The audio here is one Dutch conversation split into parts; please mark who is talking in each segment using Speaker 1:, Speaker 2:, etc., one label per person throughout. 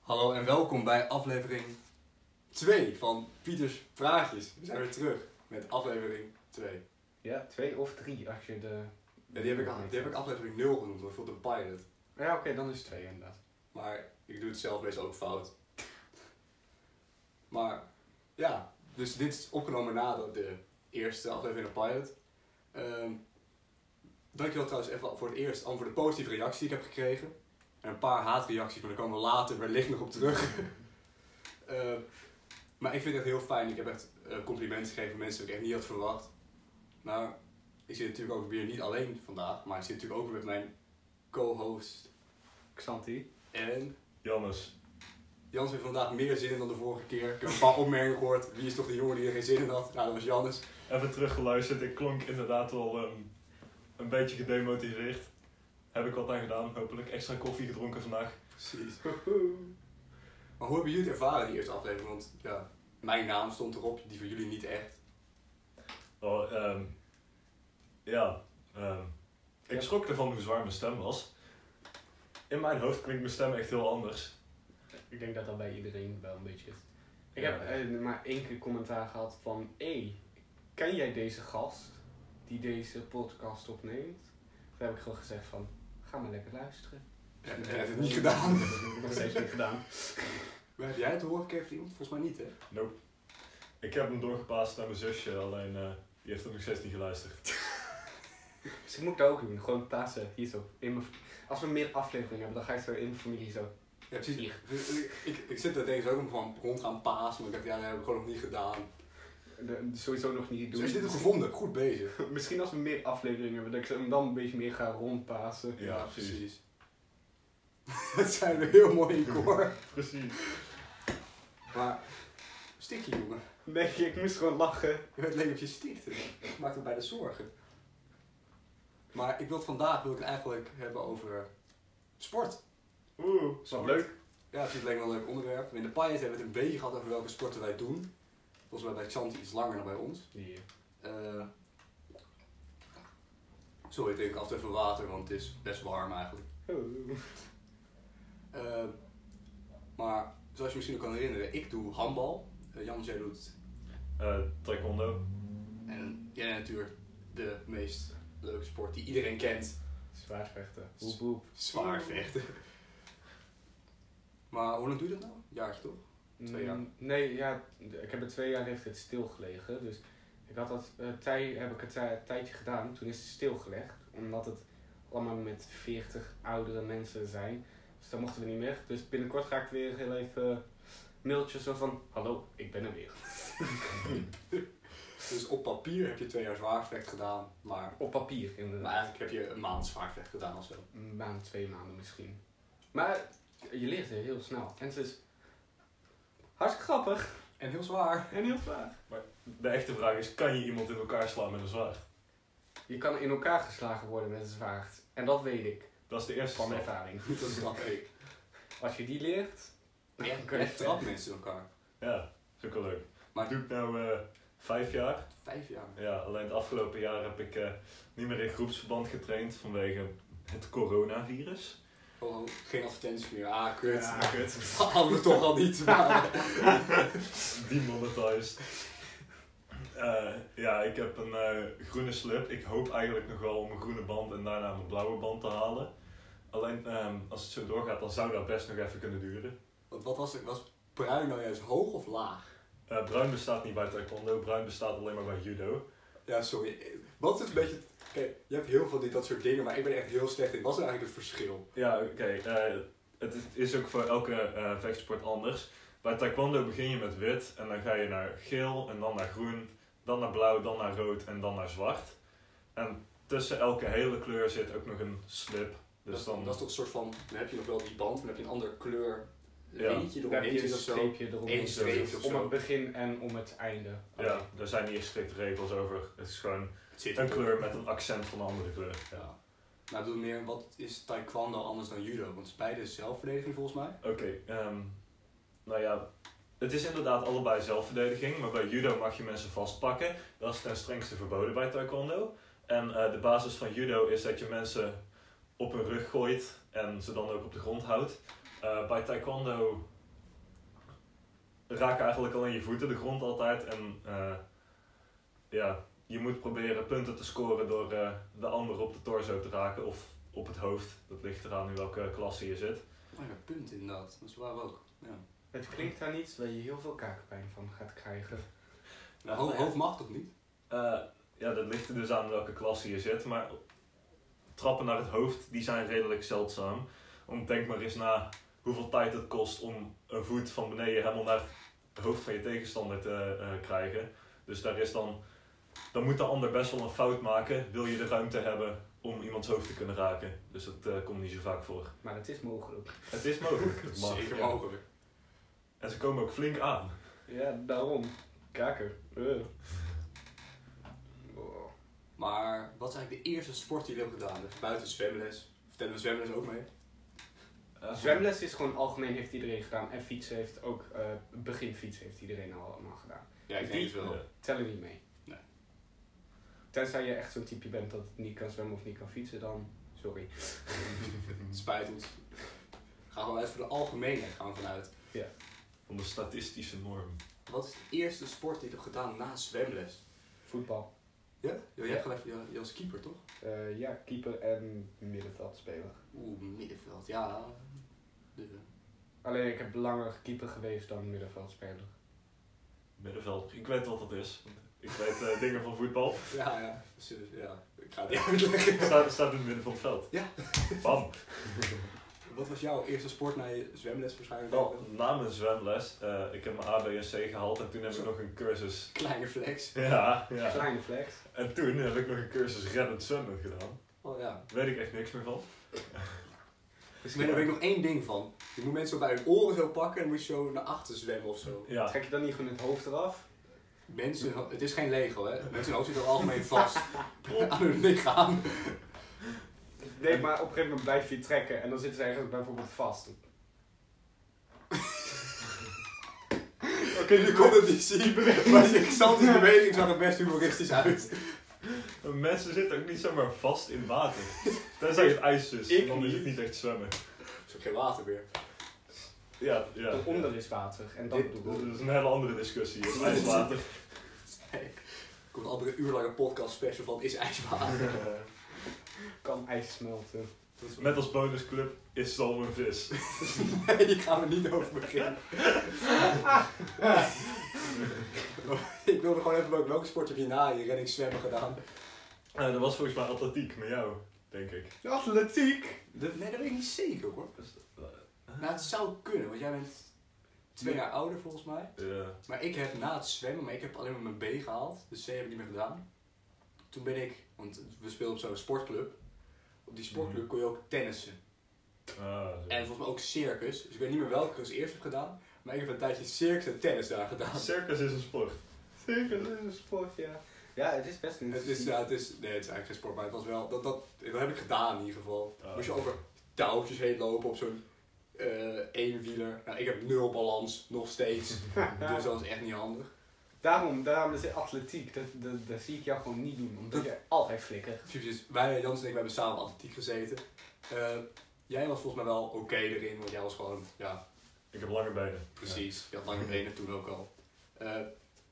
Speaker 1: Hallo en welkom bij aflevering 2 van Pieters Praatjes. We zijn weer terug met aflevering 2.
Speaker 2: Ja, twee of drie als je de.
Speaker 1: Ja, die, heb ik, al- die heb ik aflevering 0 genoemd, want ik vond het een pilot.
Speaker 2: Ja, oké, dan is het twee inderdaad.
Speaker 1: Maar ik doe het zelf meestal ook fout. Maar ja, dus dit is opgenomen na de- de eerste aflevering van de pilot. Ehm, dankjewel trouwens even voor het eerst en voor de positieve reactie die ik heb gekregen. En een paar haatreacties, maar daar komen we later wellicht nog op terug. Eh, maar ik vind het echt heel fijn. Ik heb echt eh, complimenten gegeven van mensen die ik echt niet had verwacht. Maar ik zit natuurlijk ook weer niet alleen vandaag, maar ik zit natuurlijk ook weer met mijn co-host
Speaker 2: Xanti.
Speaker 1: en
Speaker 3: Jannes.
Speaker 1: Jans heeft vandaag meer zin in dan de vorige keer. Ik heb een paar opmerkingen gehoord. Wie is toch de jongen die er geen zin in had? Nou, dat was Jannes.
Speaker 3: Even teruggeluisterd. Ik klonk inderdaad wel ehm, een beetje gedemotiveerd. Heb ik wat aan gedaan, hopelijk. Extra koffie gedronken vandaag.
Speaker 1: Precies. Maar hoe hebben jullie het ervaren, die eerste aflevering? Want ja, mijn naam stond erop, die van jullie niet echt.
Speaker 3: Oh, ehm, ja, ehm,
Speaker 2: Ja.
Speaker 3: ik schrok ervan hoe zwaar mijn stem was. In mijn hoofd klinkt mijn stem echt heel anders.
Speaker 2: Ik denk dat dat bij iedereen wel een beetje is. Ik
Speaker 3: Ja.
Speaker 2: heb eh, maar één keer commentaar gehad van: hé, ken jij deze gast die deze podcast opneemt? Toen heb ik gewoon gezegd: van, ga maar lekker luisteren.
Speaker 1: En hij heeft het niet gedaan.
Speaker 2: Dat heb ik nog steeds niet gedaan.
Speaker 1: Maar heb jij het te horen gekregen van iemand? Volgens mij niet, hè?
Speaker 3: Nope. Ik heb hem doorgepaast naar mijn zusje, alleen eh, die heeft hem nog steeds niet geluisterd.
Speaker 2: Misschien moet ik dat ook doen. Gewoon plaatsen hier zo. In mijn, als we meer afleveringen hebben, dan ga ik zo in mijn familie zo.
Speaker 1: Ja, precies. Ik, ik, ik zit daar tegen zo ook om gewoon rond gaan paas, maar ik dacht, ja, dat hebben we gewoon nog niet gedaan.
Speaker 2: de- sowieso nog niet
Speaker 1: Dus
Speaker 2: doen.
Speaker 1: als je dit hebt gevonden, goed bezig.
Speaker 2: Misschien als we meer afleveringen hebben, dat ik hem dan een beetje meer ga rondpasen.
Speaker 3: Ja, precies.
Speaker 1: dat zijn we heel mooi in koor.
Speaker 3: Precies.
Speaker 1: Maar, stikje, jongen.
Speaker 2: Nee, ik moest gewoon lachen.
Speaker 1: Het leventje stiekte. Dat maakt me bij de zorgen. Maar ik wil het vandaag wil ik het eigenlijk hebben over eh, sport.
Speaker 3: Oeh,
Speaker 1: Sport. Ja, het is leek me wel een leuk onderwerp. In de Pilots hebben we het een beetje gehad over welke sporten wij doen. Volgens mij bij Xanti iets langer dan bij ons.
Speaker 2: Ja.
Speaker 1: Eh, sorry, ik drink af en toe even water, want het is best warm eigenlijk.
Speaker 2: Oh.
Speaker 1: Eh, maar zoals je misschien nog kan herinneren, ik doe handbal. Eh, Jan, jij doet
Speaker 3: Eh, taekwondo.
Speaker 1: en jij natuurlijk de meest leuke sport die iedereen kent.
Speaker 2: Zwaarvechten. Hoep hoep.
Speaker 1: Zwaar vechten. Maar hoe lang doe je dat nou? Een jaartje toch? Twee jaar.
Speaker 2: Mm, Nee, ja, ik heb er twee jaar heeft het stilgelegen. Dus ik had dat eh, tij, heb ik het tij- tijdje gedaan. Toen is het stilgelegd. Omdat het allemaal met 40 oudere mensen zijn. Dus daar mochten we niet meer. Dus binnenkort ga ik weer heel even eh, mailtjes zo van. Hallo, ik ben er weer.
Speaker 1: Dus op papier heb je twee jaar zwaarvecht gedaan, maar,
Speaker 2: Op papier
Speaker 1: maar
Speaker 2: inderdaad.
Speaker 1: eigenlijk heb je een maand zwaarvecht gedaan of zo.
Speaker 2: Een maand, twee maanden misschien. Maar je leert het heel snel. En het is hartstikke grappig
Speaker 1: En heel zwaar.
Speaker 2: en heel zwaar.
Speaker 3: De echte vraag is, kan je iemand in elkaar slaan met een zwaard?
Speaker 2: Je kan in elkaar geslagen worden met een zwaard. En dat weet ik
Speaker 3: Dat is de eerste
Speaker 2: van
Speaker 3: stap.
Speaker 2: ervaring.
Speaker 1: Dat is knap.
Speaker 2: Als je die leert, dan
Speaker 1: Echt,
Speaker 2: kun je
Speaker 1: echt
Speaker 2: het
Speaker 1: trap mensen in elkaar.
Speaker 3: Ja, dat is ook wel leuk.
Speaker 1: Maar-
Speaker 3: Maar doe ik nou eh, vijf jaar.
Speaker 1: Vijf jaar.
Speaker 3: Ja, alleen het afgelopen jaar heb ik eh, niet meer in groepsverband getraind vanwege het coronavirus.
Speaker 1: Oh, oh, geen advertenties meer. Ah, kut.
Speaker 2: Ja.
Speaker 3: Maar goed,
Speaker 1: Hadden we toch al niet. maar-
Speaker 3: demonetized. Eh, ja, ik heb een eh, groene slip. Ik hoop eigenlijk nog wel om een groene band en daarna mijn blauwe band te halen. Alleen ehm, als het zo doorgaat, dan zou dat best nog even kunnen duren.
Speaker 1: Want wat was het? Was bruin nou juist hoog of laag?
Speaker 3: Eh, bruin bestaat niet bij taekwondo, bruin bestaat alleen maar bij judo.
Speaker 1: Ja, sorry. Wat is het een beetje... Kijk, je hebt heel veel dit, dat soort dingen, maar ik ben echt heel slecht in. Wat is nou eigenlijk het verschil?
Speaker 3: Ja, oké. eh, het is- is ook voor elke eh, vechtsport anders. Bij taekwondo begin je met wit en dan ga je naar geel en dan naar groen, dan naar blauw, dan naar rood en dan naar zwart. En tussen elke hele kleur zit ook nog een slip. Dus
Speaker 1: dat,
Speaker 3: dan,
Speaker 1: dat is toch een soort van, dan heb je nog wel die band, dan heb je een andere kleur
Speaker 3: Ja.
Speaker 1: lintje
Speaker 2: Daar heb
Speaker 1: eromheen
Speaker 2: je een
Speaker 1: zit of zo.
Speaker 2: streepje eromheen.
Speaker 1: Eén streepje of
Speaker 2: Om het
Speaker 1: zo.
Speaker 2: begin en om het einde.
Speaker 3: ja, daar zijn niet strikt regels over. Het is gewoon
Speaker 1: Het zit
Speaker 3: een
Speaker 1: erop.
Speaker 3: kleur met een accent van een andere kleur. Ja.
Speaker 1: Ja. Maar Nou, ik bedoel meer, wat is taekwondo anders dan judo? Want het is beide zelfverdediging volgens mij. Oh,
Speaker 3: Oké, ehm, nou ja, het is inderdaad allebei zelfverdediging, maar bij judo mag je mensen vastpakken. Dat is ten strengste verboden bij taekwondo. En eh, de basis van judo is dat je mensen op hun rug gooit en ze dan ook op de grond houdt. Eh, bij taekwondo raken eigenlijk alleen je voeten de grond altijd. En eh, ja, je moet proberen punten te scoren door eh, de ander op de torso te raken of op het hoofd. Dat ligt eraan in welke klasse je zit.
Speaker 1: Oh ja, punt inderdaad. Dat is waar ook. Ja.
Speaker 2: Het klinkt aan iets waar je heel veel kaakpijn van gaat krijgen.
Speaker 1: Nou, ho- hoofd mag toch niet?
Speaker 3: Eh, ja, dat ligt er dus aan welke klasse je zit. Maar trappen naar het hoofd, die zijn redelijk zeldzaam. Want denk maar eens na hoeveel tijd het kost om een voet van beneden helemaal naar het hoofd van je tegenstander te eh, krijgen. Dus daar is dan... Dan moet de ander best wel een fout maken, wil je de ruimte hebben om iemands hoofd te kunnen raken. Dus dat eh, komt niet zo vaak voor.
Speaker 2: Maar het is mogelijk.
Speaker 3: Het is mogelijk. Het mag,
Speaker 1: Zeker
Speaker 3: ja.
Speaker 1: mogelijk.
Speaker 3: En ze komen ook flink aan.
Speaker 2: Ja, daarom. Kaken. Eh. Oh.
Speaker 1: Maar wat is eigenlijk de eerste sport die jullie hebben gedaan? Dus buiten zwemles. Vertellen we zwemles ook mee?
Speaker 3: Eh,
Speaker 2: Zwemles is gewoon algemeen heeft iedereen gedaan. En fietsen heeft ook, eh begin fietsen heeft iedereen al allemaal gedaan.
Speaker 1: Ja, ik denk het wel.
Speaker 3: Ja.
Speaker 2: Tellen niet mee.
Speaker 1: Nee.
Speaker 2: Tenzij je echt zo'n type bent dat niet kan zwemmen of niet kan fietsen, dan sorry.
Speaker 1: Spijt ons. Gaan we wel uit voor de algemeenheid gaan we vanuit.
Speaker 3: Van de statistische norm.
Speaker 1: Wat is de eerste sport die je hebt gedaan na zwemles?
Speaker 2: Voetbal.
Speaker 1: Ja? Jo, jij hebt gelijk, ja, je als keeper toch?
Speaker 2: Eh, ja, keeper en middenveldspeler.
Speaker 1: Oeh, middenveld, ja. De-
Speaker 2: Alleen ik heb langer keeper geweest dan middenveldspeler.
Speaker 3: Middenveld. Ik weet wat dat is. Ik weet eh, dingen van voetbal.
Speaker 1: Ja, ja. Ze- ja. Ik ga het niet uitleggen.
Speaker 3: Staat, staat in het midden van het veld.
Speaker 1: Ja.
Speaker 3: Bam.
Speaker 1: Wat was jouw eerste sport na je zwemles waarschijnlijk?
Speaker 3: Wel, na mijn zwemles, eh, ik heb mijn ABSC gehaald en toen heb ik
Speaker 1: Zo.
Speaker 3: nog een cursus.
Speaker 1: Kleine flex.
Speaker 3: Ja, ja.
Speaker 2: Kleine flex.
Speaker 3: En toen heb ik nog een cursus reddend zwemmen gedaan.
Speaker 1: Oh ja.
Speaker 3: Daar weet ik echt niks meer van.
Speaker 1: Dus ik weet- daar weet ik nog één ding van. Je moet mensen zo bij hun oren zo pakken en moet je zo naar achter zwemmen of zo.
Speaker 3: Ja.
Speaker 2: Trek je dan niet gewoon het hoofd eraf?
Speaker 1: Mensen, het is geen Lego hè. Mensen hun hoofd zit er algemeen vast aan hun lichaam.
Speaker 2: Nee, maar op een gegeven moment blijf je trekken en dan zitten ze eigenlijk bijvoorbeeld vast.
Speaker 1: Oké, nu kon het niet zien. Maar ik zat in beweging, zag er best humoristisch uit.
Speaker 3: Mensen zitten ook niet zomaar vast in water. Tenzij het ijs is,
Speaker 2: Ik
Speaker 3: dan is
Speaker 2: niet.
Speaker 3: het niet echt zwemmen.
Speaker 1: Er is ook geen water meer.
Speaker 3: Ja, ja.
Speaker 2: Daaronder is water en dat
Speaker 1: Dit-
Speaker 2: bedoel
Speaker 3: Dat
Speaker 2: ik.
Speaker 3: is een hele andere discussie. Het ijswater.
Speaker 1: Er komt altijd een uur lange podcast special van Is IJswater.
Speaker 3: Eh,
Speaker 2: Kan ijs smelten.
Speaker 3: Met als bonusclub is zalm een vis.
Speaker 1: Nee, die gaan we niet over beginnen. ik wilde gewoon even welk, welk sport heb je na je redding zwemmen gedaan?
Speaker 3: Eh, dat was volgens mij atletiek met jou, denk ik.
Speaker 2: Atletiek!
Speaker 1: nee, dat weet ik niet zeker hoor. Nou, het zou kunnen, want jij bent twee jaar ouder volgens mij.
Speaker 3: Ja.
Speaker 1: Maar ik heb na het zwemmen, maar ik heb alleen maar mijn B gehaald. Dus C heb ik niet meer gedaan. Toen ben ik, want we speelden op zo'n sportclub. Op die sportclub kon je ook tennissen.
Speaker 3: Ah, zo.
Speaker 1: En volgens mij ook circus. Dus ik weet niet meer welke ik als eerst heb gedaan. Maar ik heb een tijdje circus en tennis daar gedaan.
Speaker 3: Circus is een sport.
Speaker 2: Zeker, dat is een sport, ja. Ja, het is best een
Speaker 1: Het is, ja, het is, nee, het is eigenlijk geen sport, maar het was wel, dat, dat, dat heb ik gedaan in ieder geval.
Speaker 3: Ah.
Speaker 1: Moest je over touwtjes heen lopen op zo'n eh eenwieler. Nou, ik heb nul balans, nog steeds. dus dat was echt niet handig.
Speaker 2: Daarom, daarom is het atletiek. Dat, dat, dat zie ik jou gewoon niet doen, omdat je altijd flikkert.
Speaker 1: Dus wij, Jans en ik, we hebben samen atletiek gezeten. Eh, jij was volgens mij wel oké erin, want jij was gewoon, ja,
Speaker 3: Ik heb lange benen.
Speaker 1: precies. Je had lange benen toen ook al. Eh,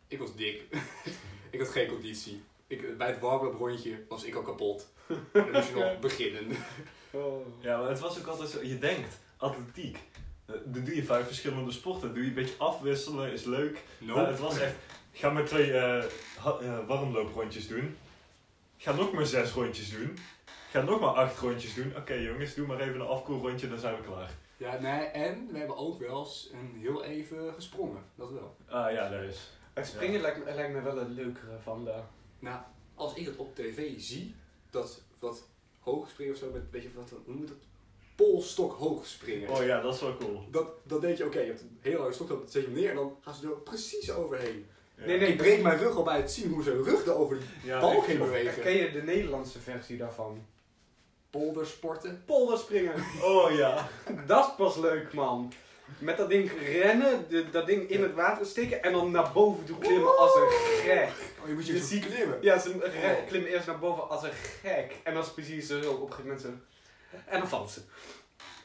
Speaker 1: ik was dik. ik had geen conditie. Ik, bij het warm-up rondje was ik al kapot. Dan moest je nog beginnen.
Speaker 2: Oh.
Speaker 3: Ja. Ja, maar het was ook altijd zo. Je denkt, atletiek. eh, Dan doe je vijf verschillende sporten. Doe je een beetje afwisselen, is leuk. Maar het was echt. Ga maar twee eh, ha- eh, warmlooprondjes doen. Ga nog maar zes rondjes doen. Ga nog maar acht rondjes doen. Oké jongens, doe maar even een afkoelrondje, dan zijn we klaar.
Speaker 1: Ja, nee, en we hebben ook wel eens een heel even gesprongen. Dat wel.
Speaker 3: Ah ja, daar is.
Speaker 2: Het springen lijkt, me, lijkt me wel het leukere van de...
Speaker 1: Nou, Als ik het op tv zie, dat, dat hoog springen of zo, met, weet je wat, hoe moet het? Polstok hoog springen.
Speaker 3: Oh ja, dat is wel cool.
Speaker 1: Dat, dat denk je, oké, je hebt een heel lange stok, dan zet je hem neer en dan gaan ze er precies overheen.
Speaker 3: Ja.
Speaker 2: Nee, nee.
Speaker 1: Ik breek mijn rug al bij het zien hoe ze rug er over die
Speaker 3: Ja,
Speaker 1: balk
Speaker 3: ik-
Speaker 1: heen bewegen.
Speaker 2: Ken je de Nederlandse versie daarvan?
Speaker 1: Poldersporten.
Speaker 2: Polderspringen.
Speaker 3: Oh ja.
Speaker 2: dat is pas leuk, man. Met dat ding rennen, de- dat ding in het water steken en dan naar boven toe klimmen als een gek.
Speaker 1: Oh, je moet
Speaker 2: Je
Speaker 1: je ziek leren.
Speaker 2: Ja, ze re- klimmen eerst naar boven als een gek. En dan is precies zo op een gegeven moment zo. En dan valt ze.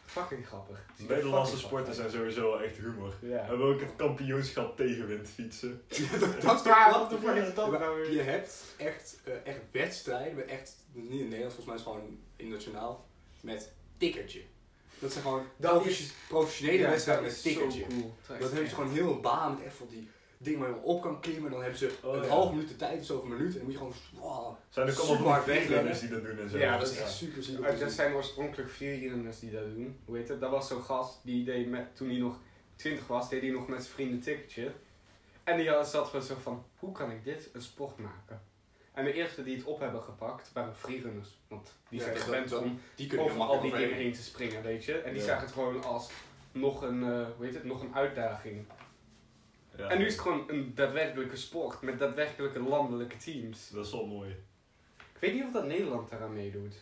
Speaker 2: Fucking grappig. Ziet er
Speaker 3: Nederlandse
Speaker 2: fucking grappig
Speaker 3: sporten zijn sowieso wel echt humor.
Speaker 2: uit. Ja.
Speaker 3: Hebben we ook het kampioenschap tegenwind fietsen.
Speaker 1: dat, dat is toch
Speaker 2: Ja,
Speaker 1: wel-
Speaker 2: wat de fuck is dat
Speaker 1: Ja, maar
Speaker 2: nou weer?
Speaker 1: Je hebt echt, eh, echt wedstrijden, maar echt niet in Nederland, volgens mij is het gewoon internationaal, met tikkertje. Dat zijn gewoon
Speaker 2: Dat
Speaker 1: profe-
Speaker 2: is-
Speaker 1: professionele
Speaker 2: Ja,
Speaker 1: wedstrijden
Speaker 2: dat
Speaker 1: met
Speaker 2: is
Speaker 1: tikkertje.
Speaker 2: zo cool. is
Speaker 1: Dat hebben ze
Speaker 2: echt-
Speaker 1: gewoon heel een baan met echt van die dingen waar je op kan klimmen. Dan hebben ze
Speaker 3: Oh,
Speaker 1: een
Speaker 3: ja.
Speaker 1: half minuut de tijd, of zoveel minuten. En moet je gewoon. Wow,
Speaker 3: Zijn er ook allemaal
Speaker 1: Super
Speaker 3: van
Speaker 1: hard
Speaker 3: die wielrenners
Speaker 1: wegrennen.
Speaker 3: die dat doen en zo.
Speaker 2: Ja,
Speaker 1: dat is echt super super.
Speaker 2: Uh,
Speaker 1: cool.
Speaker 2: Dat zijn oorspronkelijk vier wielrenners die dat doen. Hoe heet het? Dat was zo'n gast die deed met, toen hij nog 20 was, deed hij nog met zijn vrienden een ticketje. En die had- zat gewoon zo van: hoe kan ik dit een sport maken? En de eerste die het op hebben gepakt waren freerunners. Want die
Speaker 1: Ja,
Speaker 2: zijn
Speaker 1: dat-
Speaker 2: gewend
Speaker 1: dat-
Speaker 2: om
Speaker 1: die kunnen
Speaker 2: over
Speaker 1: helemaal makkelijk
Speaker 2: al die dingen
Speaker 1: overheen.
Speaker 2: heen te springen, weet je. En die
Speaker 3: Ja.
Speaker 2: zagen het gewoon als nog een, eh, hoe heet het, nog een uitdaging.
Speaker 3: Ja.
Speaker 2: En nu is het gewoon een daadwerkelijke sport met daadwerkelijke landelijke teams.
Speaker 3: Dat is wel mooi.
Speaker 2: Ik weet niet of dat Nederland daaraan meedoet.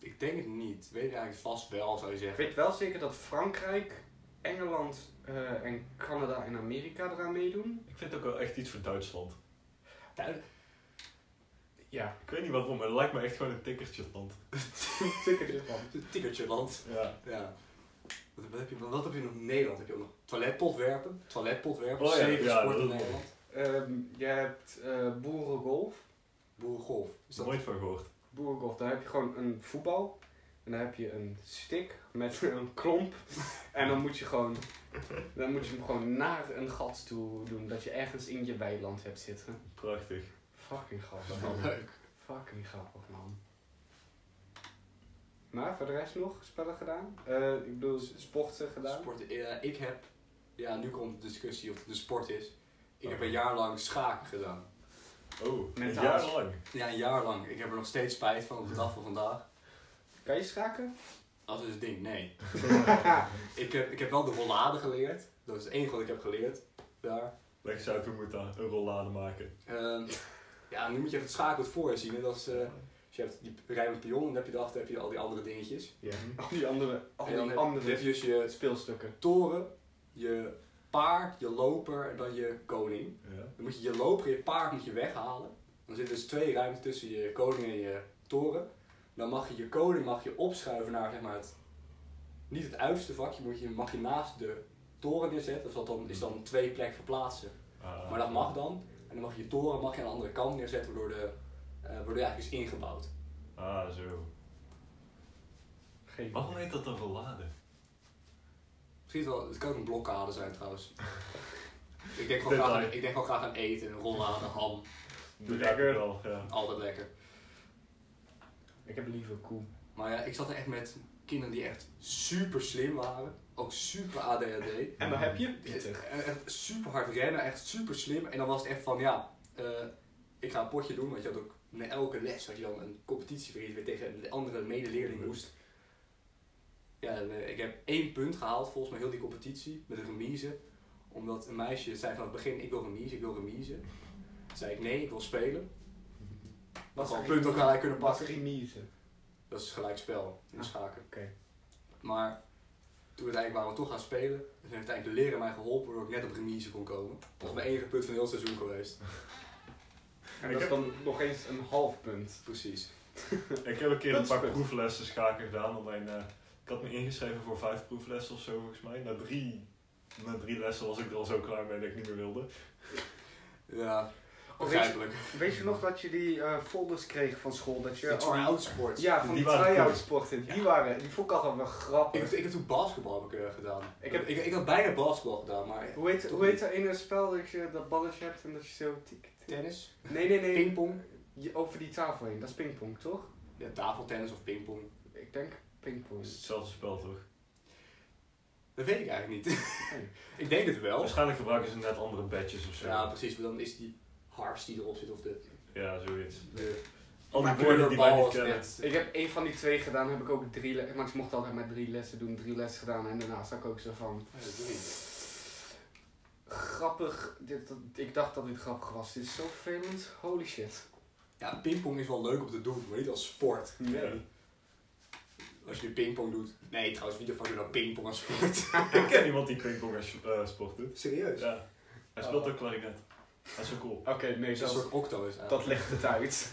Speaker 1: Ik denk het niet. Weet ik eigenlijk vast wel, zou je
Speaker 2: Ik
Speaker 1: zeggen.
Speaker 2: weet wel zeker dat Frankrijk, Engeland eh, en Canada en Amerika eraan meedoen.
Speaker 3: Ik vind het ook wel echt iets voor Duitsland.
Speaker 2: Ja,
Speaker 3: Ik weet niet waarom, maar het lijkt me echt gewoon een tikkertje land.
Speaker 2: zeker van.
Speaker 1: Het tikkertje land.
Speaker 3: Ja.
Speaker 1: Ja. Wat, wat heb je, wat heb je nog in Nederland? Heb je ook nog toiletpotwerpen? Toiletpotwerpen,
Speaker 3: Oh ja,
Speaker 1: zeven
Speaker 3: ja,
Speaker 1: sporten in
Speaker 3: dat is
Speaker 1: Nederland.
Speaker 2: je Ehm, hebt eh, boerengolf.
Speaker 1: Boerengolf. Is dat
Speaker 3: Nooit van gehoord.
Speaker 2: Boerengolf, daar heb je gewoon een voetbal. En daar heb je een stick met een klomp. En dan moet je gewoon... Dan moet je hem gewoon naar een gat toe doen. Dat je ergens in je weiland hebt zitten.
Speaker 3: Prachtig.
Speaker 2: Fucking grappig,
Speaker 1: wel
Speaker 2: man.
Speaker 1: leuk?
Speaker 2: Fucking grappig, man. Maar voor de rest nog spellen gedaan? Eh, ik bedoel, s- sporten gedaan?
Speaker 1: Sporten, eh, ik heb, ja, nu komt de discussie of het de sport is. Ik heb
Speaker 3: Oh.
Speaker 1: een jaar lang schaken gedaan.
Speaker 3: Oh, een
Speaker 2: Mentaal.
Speaker 3: jaar lang.
Speaker 1: Ja, een jaar lang. Ik heb er nog steeds spijt van op de dag van vandaag.
Speaker 2: Kan je schaken?
Speaker 1: Dat is het ding, nee. ik, heb, ik heb wel de rollade geleerd. Dat is het enige wat ik heb geleerd daar.
Speaker 3: Leg eens uit, hoe moet dat een rollade maken?
Speaker 1: Ehm, ja, nu moet je even het schakelt voor je zien. Hè. Dat is, eh, dus je hebt die rij met pion en dan heb je daarachter heb je al die andere dingetjes.
Speaker 2: Ja. Al die andere, al
Speaker 1: en dan heb-
Speaker 2: die
Speaker 1: dan heb
Speaker 2: andere
Speaker 1: je dus je
Speaker 2: speelstukken.
Speaker 1: toren, je paard, je loper en dan je koning.
Speaker 3: Ja.
Speaker 1: Dan moet je je loper en je paard moet je weghalen. Dan zitten dus twee ruimte tussen je koning en je toren. Dan mag je je koning mag je opschuiven naar zeg maar, het, niet het uiterste vakje, moet je, mag je naast de toren neerzetten. Dus dat dan, is dan twee plek verplaatsen.
Speaker 3: Ah.
Speaker 1: Maar dat mag dan. En dan mag je je toren mag je aan de andere kant neerzetten, waardoor, de, eh, waardoor je eigenlijk is ingebouwd.
Speaker 3: Ah, zo.
Speaker 2: Geen.
Speaker 3: Waarom heet dat een rollade?
Speaker 1: Misschien is het wel, het kan ook een blokkade zijn trouwens. ik, denk wel
Speaker 3: Detail.
Speaker 1: graag aan, ik denk wel graag aan eten, rollade, ham,
Speaker 2: Lekker.
Speaker 3: Wel, ja.
Speaker 1: altijd lekker.
Speaker 2: Ik heb liever koe.
Speaker 1: Maar ja, ik zat er echt met kinderen die echt super slim waren. Ook super ADHD.
Speaker 2: En dan heb je? Pittig.
Speaker 1: E, Echt, echt super hard rennen, echt super slim. En dan was het echt van, ja, eh, ik ga een potje doen. Want je had ook na elke les had je dan een competitie waarin je weer tegen de andere medeleerling moest. Ja, en, eh, ik heb één punt gehaald volgens mij heel die competitie met een remise. Omdat een meisje zei van het begin, ik wil remise, ik wil remise. Toen zei ik nee, ik wil spelen. Was al een punt ook gelijk kunnen
Speaker 2: Wat
Speaker 1: pakken.
Speaker 2: remise.
Speaker 1: Dat is gelijkspel in
Speaker 2: Ah.
Speaker 1: schaken.
Speaker 2: Oké.
Speaker 1: Maar toen we uiteindelijk waren we toch gaan spelen, en heeft eigenlijk de leren mij geholpen waardoor ik net op remise kon komen. Dat is mijn enige punt van heel het seizoen geweest.
Speaker 2: En
Speaker 3: Ik
Speaker 2: dat is
Speaker 3: heb-
Speaker 2: dan nog eens een half punt.
Speaker 1: Precies.
Speaker 3: Ik heb een keer een
Speaker 2: Dat is
Speaker 3: paar
Speaker 2: goed.
Speaker 3: proeflessen schaken gedaan. want mijn, eh, ik had me ingeschreven voor vijf proeflessen of zo, volgens mij. Na drie, na drie lessen was ik er al zo klaar mee dat ik niet meer wilde.
Speaker 1: Ja,
Speaker 2: Oh, weet,
Speaker 1: begrijpelijk.
Speaker 2: je, weet je nog dat je die eh, folders kreeg van school? Dat je
Speaker 1: Het is
Speaker 2: al-
Speaker 1: een oudsport.
Speaker 2: Ja, van
Speaker 3: Die
Speaker 2: die,
Speaker 3: waren
Speaker 2: try-out
Speaker 3: cool.
Speaker 2: sporten. Die, waren, die vond ik altijd wel
Speaker 1: Ik,
Speaker 2: grappig.
Speaker 1: heb- ik heb toen basketbal heb ik, eh, gedaan.
Speaker 2: Ik
Speaker 1: Ik,
Speaker 2: heb-
Speaker 1: heb, ik, ik had bijna basketbal gedaan, maar
Speaker 2: Hoe heet,
Speaker 1: Toch
Speaker 2: hoe heet
Speaker 1: niet.
Speaker 2: dat ene spel dat je dat balletje hebt en dat je zo tik tik-
Speaker 1: tennis,
Speaker 2: Nee, nee, nee.
Speaker 1: pingpong.
Speaker 2: Je- over die tafel heen. Dat is pingpong, toch?
Speaker 1: Ja, tafeltennis of pingpong.
Speaker 2: Ik denk pingpong.
Speaker 3: Dat is hetzelfde spel, toch?
Speaker 1: Dat weet ik eigenlijk niet.
Speaker 2: Nee.
Speaker 1: ik denk het wel.
Speaker 3: Waarschijnlijk gebruiken ze net andere badges of zo.
Speaker 1: Ja, precies. want Dan is die hars die erop zit of de...
Speaker 3: Ja, zoiets.
Speaker 1: de
Speaker 3: Al die
Speaker 1: maar
Speaker 3: woorden die wij
Speaker 1: kleurbal
Speaker 3: niet
Speaker 1: is
Speaker 3: kennen.
Speaker 1: net-
Speaker 2: Ik heb één van die twee gedaan, heb ik ook drie lessen. Want ik mocht altijd maar drie lessen doen, drie lessen gedaan. En daarna zat ik ook zo van.
Speaker 1: Ja, Oh, dat doe je niet.
Speaker 2: Grappig, dit, dat- ik dacht dat dit grappig was. Dit is zo vervelend. Holy shit.
Speaker 1: Ja, pingpong is wel leuk om te doen, maar niet als sport.
Speaker 3: Ja.
Speaker 1: Als je nu pingpong doet. Nee, trouwens, wie de fuck doet nou pingpong als sport?
Speaker 3: Ik ken iemand die pingpong als eh, sport doet.
Speaker 1: Serieus?
Speaker 2: Ah.
Speaker 3: Ja. Hij speelt ook klarinet. Dat is wel cool.
Speaker 2: Oké, nee,
Speaker 1: Dus een
Speaker 2: dat,
Speaker 1: soort octo is
Speaker 2: dat
Speaker 1: eigenlijk.
Speaker 2: legt het uit.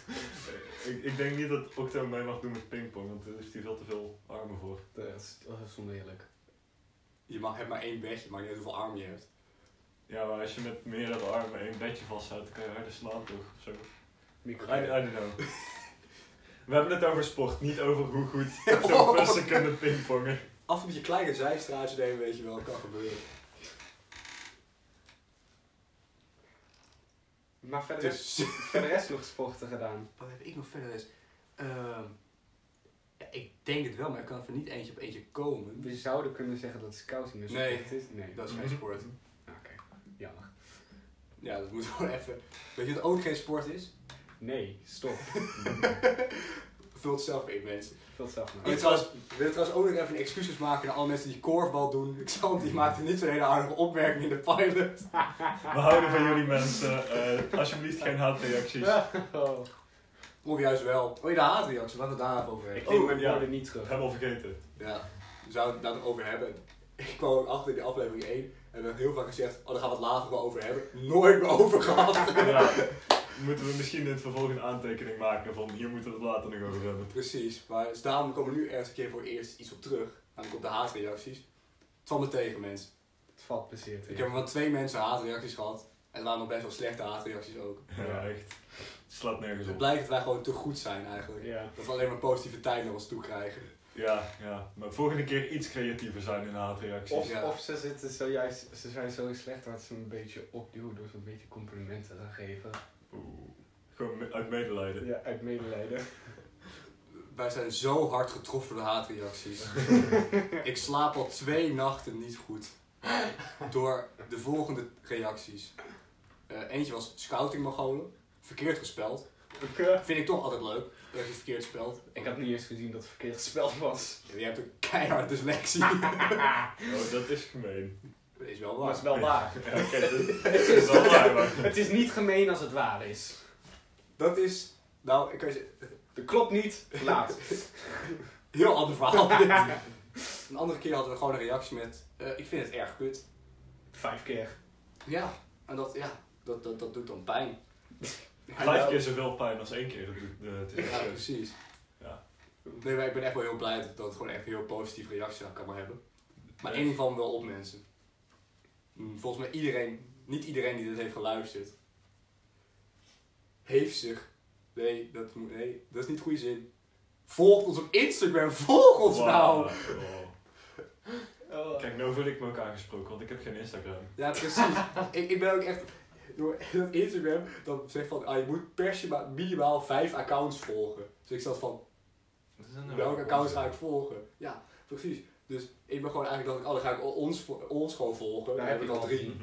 Speaker 3: Ik, ik denk niet dat Octo mij mag doen met pingpong, want daar heeft hij veel te veel armen voor.
Speaker 2: Dat is, dat is oneerlijk.
Speaker 1: Je mag, hebt maar één bedje, maar niet uit hoeveel armen je hebt.
Speaker 3: Ja, maar als je met meerdere armen één bedje vasthoudt, dan kan je harder slaan toch? Of zo.
Speaker 2: Micro.
Speaker 3: I, I don't know. We hebben het over sport, niet over hoe goed zo'n mensen kunnen pingpongen.
Speaker 1: Af en toe je kleine zijstraatje nemen, weet je wel, kan gebeuren.
Speaker 2: Maar verder,
Speaker 1: Dus,
Speaker 2: verder is nog sporten gedaan.
Speaker 1: wat heb ik nog verder eens? Ehm, ja, ik denk het wel, maar ik kan er niet eentje op eentje komen.
Speaker 2: We zouden kunnen zeggen dat scouting een
Speaker 1: Nee.
Speaker 2: sport is. Nee. Ah,
Speaker 1: Dat is geen sport.
Speaker 2: Oké, jammer.
Speaker 1: Ja, dat moet gewoon even. Weet je wat ook geen sport is?
Speaker 2: Nee, stop.
Speaker 1: Vul het zelf in, mensen.
Speaker 2: Vul het zelf
Speaker 1: Ik
Speaker 2: maar.
Speaker 1: wil trouwens, ik wil trouwens ook nog even excuses maken naar alle mensen die korfbal doen. Ik zal, die maakte niet zo'n hele aardige opmerking in de pilot.
Speaker 3: We houden van jullie mensen. Eh, alsjeblieft geen haatreacties.
Speaker 2: Oh,
Speaker 1: Of juist wel. Oh, je de haatreactie, laten we het daar even over
Speaker 2: ik
Speaker 1: hebben.
Speaker 2: neem
Speaker 3: Oh,
Speaker 2: mijn
Speaker 3: ja.
Speaker 2: woorden niet terug.
Speaker 3: Hebben we al vergeten.
Speaker 1: Ja, we zouden het daar nog over hebben. Ik kwam ook achter in de aflevering 1 en we hebben heel vaak gezegd, oh, daar gaan we het later wel over hebben. Nooit meer over gehad.
Speaker 3: Ja, moeten we misschien in het vervolg een aantekening maken van hier moeten we het later nog over hebben.
Speaker 1: Precies, maar dus daarom komen we nu ergens een keer voor het eerst iets op terug. Namelijk op de haatreacties. Het valt me tegen, mensen.
Speaker 2: Het valt plezier
Speaker 1: Ik
Speaker 2: tegen.
Speaker 1: heb van twee mensen haatreacties gehad. En het waren nog best wel slechte haatreacties ook.
Speaker 3: Ja, echt. Het slaat nergens
Speaker 1: Dus het
Speaker 3: op.
Speaker 1: blijkt dat wij gewoon te goed zijn eigenlijk.
Speaker 2: Ja.
Speaker 1: Dat we alleen maar positiviteit naar ons toe krijgen.
Speaker 3: Ja, ja. Maar volgende keer iets creatiever zijn in haatreacties.
Speaker 2: Of,
Speaker 1: Ja.
Speaker 2: of ze, zitten zojuist, ze zijn zo slecht dat ze een beetje opduwen door zo'n beetje complimenten te geven.
Speaker 3: Oeh. Gewoon me- uit medelijden.
Speaker 2: Ja, uit medelijden.
Speaker 1: Wij zijn zo hard getroffen door de haatreacties. ik slaap al twee nachten niet goed. Door de volgende reacties. Eh, eentje was scouting Mongolen. Verkeerd gespeld. Vind ik eh, toch altijd leuk. Dat je het verkeerd spelt.
Speaker 2: Ik had niet eens gezien dat het verkeerd spel was.
Speaker 1: Je hebt ook keihard dyslexie.
Speaker 3: Oh, dat is gemeen.
Speaker 1: Dat is wel
Speaker 2: Maar het
Speaker 1: waar.
Speaker 2: is wel waar.
Speaker 3: Ja, oké, dat, dat is wel waar, maar-
Speaker 2: Het is niet gemeen als het waar is.
Speaker 1: Dat is, nou, ik kan je zeggen,
Speaker 2: Dat klopt niet. Laat.
Speaker 1: een heel ander verhaal. dit. een andere keer hadden we gewoon een reactie met, eh, ik vind het erg kut.
Speaker 2: Vijf keer.
Speaker 1: Ja, en dat, ja, dat, dat, dat doet dan pijn.
Speaker 3: Vijf keer zoveel pijn als één keer. De, de, het is
Speaker 1: Ja,
Speaker 3: serieus.
Speaker 1: precies.
Speaker 3: Ja.
Speaker 1: Nee, maar ik ben echt wel heel blij dat ik dat gewoon echt een heel positieve reactie kan maar hebben. Maar in ieder geval wel op mensen. Mm, Volgens mij iedereen, niet iedereen die dit heeft geluisterd, heeft zich, nee, dat, moet- nee, dat is niet goede zin. Volg ons op Instagram, volg ons nou!
Speaker 3: Wauw, wauw. Kijk, nou voel ik me ook aangesproken, want ik heb geen Instagram.
Speaker 1: Ja, precies. ik, ik ben ook echt. Door dat Instagram dan zegt van ah, je moet per sema- minimaal vijf accounts volgen. Dus ik zat van
Speaker 3: Nou,
Speaker 1: welke accounts ga ik volgen? Ja, precies. Dus ik ben gewoon eigenlijk dat ik alle ga ik ons, vo- ons gewoon volgen. Dan heb ik al drie. Dan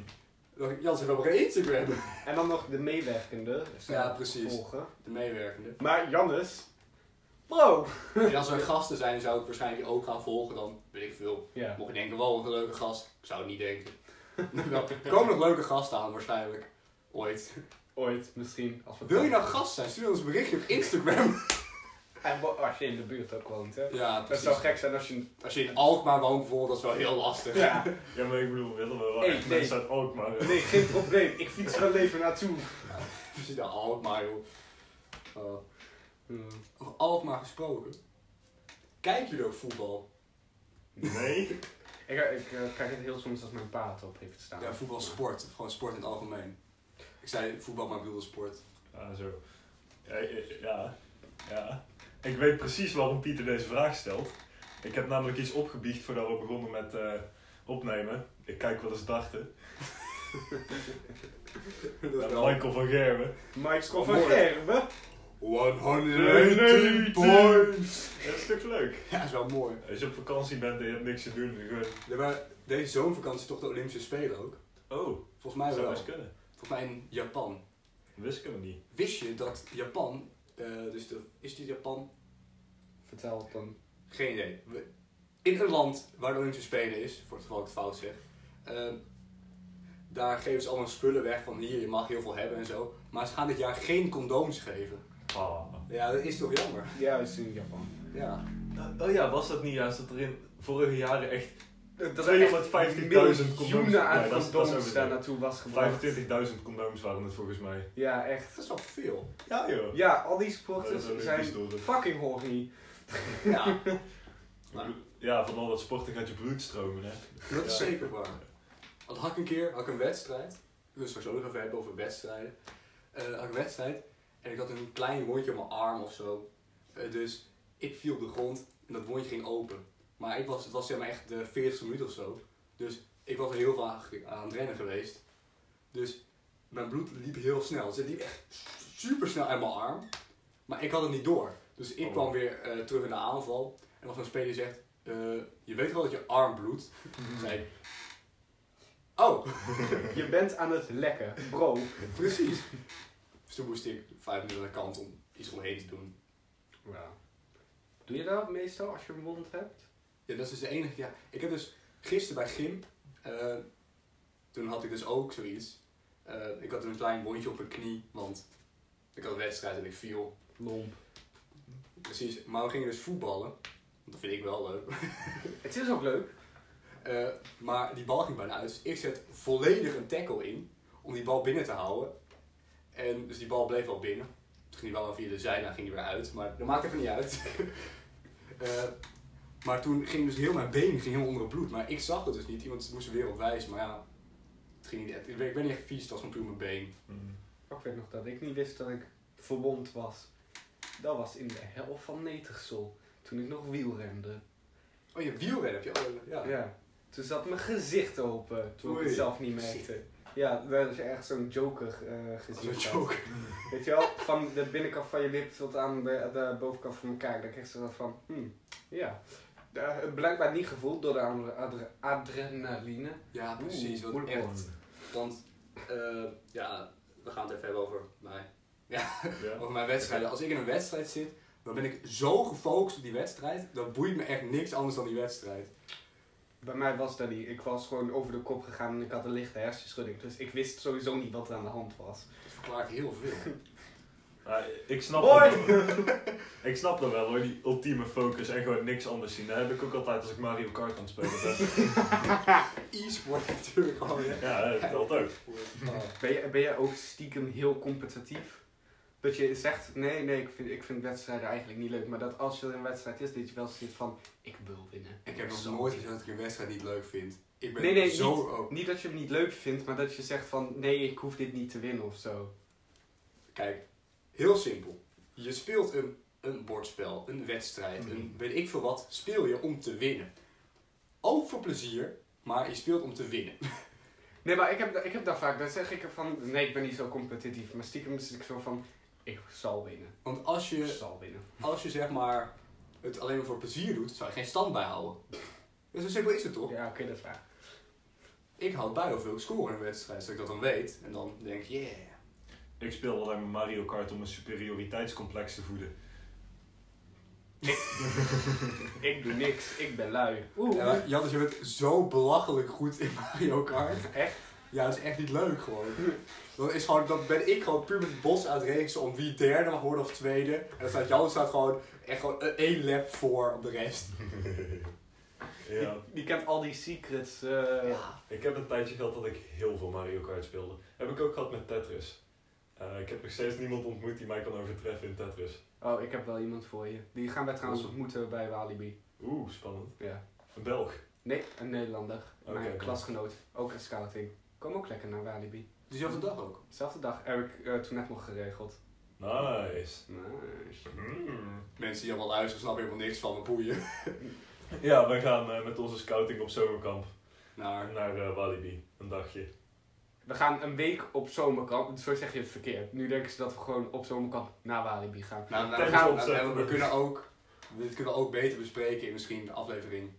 Speaker 1: dacht ik, Jan, ze hebben geen Instagram.
Speaker 2: En dan nog de meewerkende. dus
Speaker 1: Ja,
Speaker 2: dan
Speaker 1: precies.
Speaker 2: Volgen.
Speaker 1: De meewerkende.
Speaker 2: Maar Jannes. Bro.
Speaker 1: En als er gasten zijn, zou ik waarschijnlijk ook gaan volgen. Dan weet ik veel.
Speaker 2: Ja.
Speaker 1: Mocht je denken, wel een leuke gast. Ik zou het niet denken. Nou, Er komen nog leuke gasten aan waarschijnlijk. Ooit.
Speaker 2: Ooit misschien. Als we
Speaker 1: Wil je nou gast zijn? Stuur ons een berichtje op Instagram.
Speaker 2: En wo- als je in de buurt ook woont, hè.
Speaker 1: Ja,
Speaker 2: Het
Speaker 1: precies.
Speaker 2: zou gek zijn als je...
Speaker 1: Als je in Alkmaar woont bijvoorbeeld, dat is wel heel lastig.
Speaker 2: Ja.
Speaker 3: Ja, maar ik bedoel, willen we wel
Speaker 2: Hey,
Speaker 3: echt
Speaker 2: nee.
Speaker 3: mensen uit Alkmaar?
Speaker 2: Nee, geen probleem. Ik fiets wel even naartoe.
Speaker 1: Als je in Alkmaar, joh. Oh.
Speaker 2: Hmm.
Speaker 1: Over Alkmaar gesproken. Kijken jullie ook voetbal?
Speaker 3: Nee?
Speaker 2: Ik, ik eh, kijk het heel soms als mijn pa het op heeft staan.
Speaker 1: Ja, voetbal is sport. Gewoon sport in het algemeen. Ik zei voetbal, maar ik bedoelde sport.
Speaker 3: Ja, Ah, zo. Ja, ja, ja. Ik weet precies waarom Pieter deze vraag stelt. Ik heb namelijk iets opgebiecht voordat we begonnen met eh, opnemen. Ik kijk wel eens dachten.
Speaker 1: Dat
Speaker 3: Naar Michael van Gerwen.
Speaker 2: Mike's
Speaker 1: Mooi.
Speaker 2: Gerben.
Speaker 1: 118 points!
Speaker 3: Ja, Dat is toch leuk?
Speaker 1: Ja, dat is wel mooi.
Speaker 3: Als je op vakantie bent en je hebt niks te doen, dan gewoon...
Speaker 1: Ja, maar deze zomervakantie toch de Olympische Spelen ook?
Speaker 3: Oh,
Speaker 1: Volgens mij
Speaker 3: zou
Speaker 1: wel.
Speaker 3: best kunnen.
Speaker 1: Volgens mij in Japan.
Speaker 3: Wist ik hem niet.
Speaker 1: Wist je dat Japan, eh, dus de, is die Japan
Speaker 2: Vertel het dan.
Speaker 1: Geen idee. We- In een land waar de Olympische Spelen is, voor het geval ik het fout zeg, ehm, daar geven ze allemaal spullen weg van hier, je mag heel veel hebben en zo. Maar ze gaan dit jaar geen condooms geven.
Speaker 3: Ah.
Speaker 1: Ja, dat is toch jammer?
Speaker 2: Juist in Japan.
Speaker 1: Ja.
Speaker 3: Nou, Oh ja, was dat niet juist dat er in vorige jaren echt
Speaker 2: Dat er
Speaker 3: 250.000
Speaker 2: echt
Speaker 3: condooms.
Speaker 2: miljoenen aan
Speaker 3: Nee, dat is- dat is
Speaker 2: condooms
Speaker 3: overdreven.
Speaker 2: daar naartoe was gebracht.
Speaker 3: 25.000 condooms waren het volgens mij.
Speaker 2: Ja, echt.
Speaker 1: Dat is wel veel.
Speaker 3: Ja joh.
Speaker 2: Ja, al die
Speaker 3: Dat is een
Speaker 2: sporters zijn
Speaker 3: Olympisch doel.
Speaker 2: fucking horny.
Speaker 1: Ja,
Speaker 3: Ik bedoel- Ja, van al dat sporten gaat je bloed stromen, hè?
Speaker 1: dat is
Speaker 3: Ja.
Speaker 1: zeker waar. Want had ik een keer had ik een wedstrijd. We gaan het straks ook nog even hebben over wedstrijden. Eh, had ik een wedstrijd en ik had een klein wondje op mijn arm of zo. Eh, dus ik viel op de grond en dat wondje ging open. Maar ik was, het was zeg maar echt de 40ste minuut of zo. Dus ik was er heel vaak aan het rennen geweest. Dus mijn bloed liep heel snel. Dus het liep echt super snel uit mijn arm. Maar ik had het niet door. Dus ik
Speaker 3: Oh.
Speaker 1: kwam weer eh, terug in de aanval. En als een speler zegt, eh, je weet wel dat je arm bloedt. Toen zei ik, oh,
Speaker 2: Je bent aan het lekken, bro.
Speaker 1: precies. Dus toen moest ik vijf minuten aan de kant om iets omheen te doen.
Speaker 2: Doe je dat meestal als je een wond hebt?
Speaker 1: Ja, dat is dus de enige. Ja, ik heb dus gisteren bij Gym. eh, toen had ik dus ook zoiets. Eh, ik had een klein wondje op mijn knie, want ik had een wedstrijd en ik viel.
Speaker 2: Lomp.
Speaker 1: Precies. Maar we gingen dus voetballen. Dat vind ik wel leuk.
Speaker 2: Het is ook leuk.
Speaker 1: Eh, maar die bal ging bijna uit. Dus ik zet volledig een tackle in om die bal binnen te houden. En dus die bal bleef wel binnen. Toen ging die bal wel via de zijlijn ging die weer uit. Maar dat maakt even niet uit. Eh, maar toen ging dus heel mijn been ging helemaal onder het bloed. Maar ik zag het dus niet. Iemand moest er weer op wijzen. Maar ja, het ging niet echt. Ik ben, ik ben niet echt vies. Het was gewoon puur mijn been.
Speaker 3: Mm.
Speaker 2: Oh, Ik weet nog dat ik niet wist dat ik verwond was. Dat was in de hel van Netersel. Toen ik nog wielrende.
Speaker 1: Oh, je wielren heb je. Oh, ja.
Speaker 2: Ja. Toen zat mijn gezicht open. Toen ik
Speaker 1: Oei.
Speaker 2: het zelf niet merkte. Ja, daar is echt zo'n joker eh
Speaker 1: Dat
Speaker 2: gezien.
Speaker 1: is een joke.
Speaker 2: Weet je wel? Van de binnenkant van je lip tot aan de, de bovenkant van elkaar. Dan kreeg ze dat van, hmm, ja. Eh, blijkbaar niet gevoeld door de adre- adre- adrenaline.
Speaker 1: Ja, precies.
Speaker 2: Oeh,
Speaker 1: Dat is echt.
Speaker 2: moeilijk
Speaker 1: Want, eh, ja, we gaan het even hebben over mij.
Speaker 3: Ja.
Speaker 1: Over mijn wedstrijden. Als ik in een wedstrijd zit, dan ben ik zo gefocust op die wedstrijd. Dat boeit me echt niks anders dan die wedstrijd.
Speaker 2: Bij mij was dat niet. Ik was gewoon over de kop gegaan en ik had een lichte hersenschudding. Dus ik wist sowieso niet wat er aan de hand was.
Speaker 1: Dat verklaart heel veel.
Speaker 3: Maar ik snap
Speaker 2: Hoi!
Speaker 3: dat wel. Ik snap dat wel hoor, die ultieme focus en gewoon niks anders zien. Dat heb ik ook altijd als ik Mario Kart aan het spelen ben.
Speaker 1: E-sport natuurlijk gewoon. hè. Oh.
Speaker 3: Ja, dat telt ook.
Speaker 2: Ben jij, ben jij ook stiekem heel competitief? Dat je zegt, nee, nee, ik vind, ik vind wedstrijden eigenlijk niet leuk. Maar dat als je er een wedstrijd is, dat je wel zit van, ik wil winnen.
Speaker 1: Ik heb nog
Speaker 2: Zo.
Speaker 1: nooit gezegd dat ik een wedstrijd niet leuk vind. Ik ben
Speaker 2: Nee, nee,
Speaker 1: zo...
Speaker 2: niet.
Speaker 1: oh,
Speaker 2: Niet dat je hem niet leuk vindt, maar dat je zegt van, nee, ik hoef dit niet te winnen of zo.
Speaker 1: Kijk, heel simpel. Je speelt een, een bordspel, een wedstrijd,
Speaker 2: Mm.
Speaker 1: een weet ik veel wat. Speel je om te winnen. Ook voor plezier, maar je speelt om te winnen.
Speaker 2: Nee, maar ik heb, da- ik heb dat vaak. Dan zeg ik van, nee, ik ben niet zo competitief. Maar stiekem zit ik zo van, ik zal winnen.
Speaker 1: Want als
Speaker 2: Ik
Speaker 1: je,
Speaker 2: zal winnen.
Speaker 1: als je zeg maar het alleen maar voor plezier doet, zou je geen stand bijhouden. Dus zo simpel is het toch?
Speaker 2: Ja, oké, dat is waar.
Speaker 1: Ik houd bij of wil ik scoren in een wedstrijd, zodat ik dat dan weet. En dan denk ik, yeah.
Speaker 3: Ik speel alleen maar Mario Kart om een superioriteitscomplex te voeden.
Speaker 2: Ik doe niks, ik ben lui. Oeh,
Speaker 1: Ja, maar Jannes, je bent zo belachelijk goed in Mario Kart.
Speaker 2: echt? Hm.
Speaker 1: Ja, dat is echt niet leuk gewoon. Dat is gewoon, dan ben ik gewoon puur met het bos aan het racen om wie derde mag worden of tweede. En dan staat Jannes staat gewoon echt gewoon eh, één lap voor op de rest.
Speaker 3: Ja.
Speaker 2: Die, die kent al die secrets. eh.
Speaker 3: Ik heb een tijdje gehad dat ik heel veel Mario Kart speelde. Heb ik ook gehad met Tetris. Eh, ik heb nog steeds niemand ontmoet die mij kan overtreffen in Tetris.
Speaker 2: Oh, ik heb wel iemand voor je. Die gaan wij trouwens ontmoeten bij Walibi.
Speaker 3: Oeh, spannend.
Speaker 2: Ja.
Speaker 3: Een Belg.
Speaker 2: Nee, een Nederlander.
Speaker 3: Oké,
Speaker 2: mijn
Speaker 3: oké.
Speaker 2: klasgenoot. Ook een scouting. Kom ook lekker naar Walibi.
Speaker 1: Dezelfde dag ook.
Speaker 2: Zelfde dag heb ik eh, toen net nog geregeld.
Speaker 3: Nice.
Speaker 2: Nice.
Speaker 3: Mm.
Speaker 1: Mensen die allemaal luisteren snappen helemaal niks van me boeien.
Speaker 3: Ja, wij gaan eh, met onze scouting op zomerkamp
Speaker 1: Naar
Speaker 3: naar eh, Walibi. Een dagje.
Speaker 2: We gaan een week op zomerkamp. Zo zeg je het verkeerd. Nu denken ze dat we gewoon op zomerkamp naar Walibi gaan.
Speaker 1: Nou, nou,
Speaker 3: Tijdens
Speaker 1: we gaan-
Speaker 3: de opzet.
Speaker 1: nou, we kunnen ook, dit kunnen we ook beter bespreken in misschien de aflevering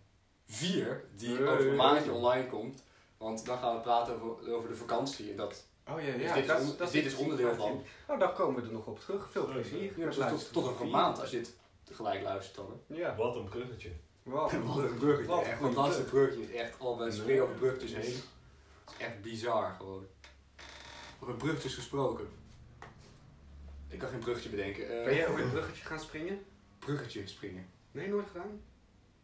Speaker 1: 4, die
Speaker 2: Hey.
Speaker 1: over een maandje online komt. Want dan gaan we praten over, over de vakantie. En dat,
Speaker 2: Oh ja,
Speaker 1: dus dit, is, on- dit is onderdeel van.
Speaker 2: Oh, daar komen we er nog op terug. Veel plezier.
Speaker 1: Ja,
Speaker 2: met
Speaker 1: dus tot,
Speaker 2: luisteren.
Speaker 1: tot over een maand als je het tegelijk luistert dan. hè.
Speaker 2: Ja.
Speaker 3: Wat een bruggetje.
Speaker 2: Wat een
Speaker 1: Wat een bruggetje.
Speaker 2: Wat
Speaker 1: echt,
Speaker 2: een
Speaker 1: want dat is
Speaker 2: brug.
Speaker 1: een bruggetje. Echt al bij springen over brugjes
Speaker 2: Nee.
Speaker 1: heen. Het is echt bizar gewoon. Over brugjes gesproken. Ik kan geen bruggetje bedenken. Eh,
Speaker 2: Ben jij ook een bruggetje gaan springen?
Speaker 1: bruggetje springen?
Speaker 2: Nee, nooit gedaan.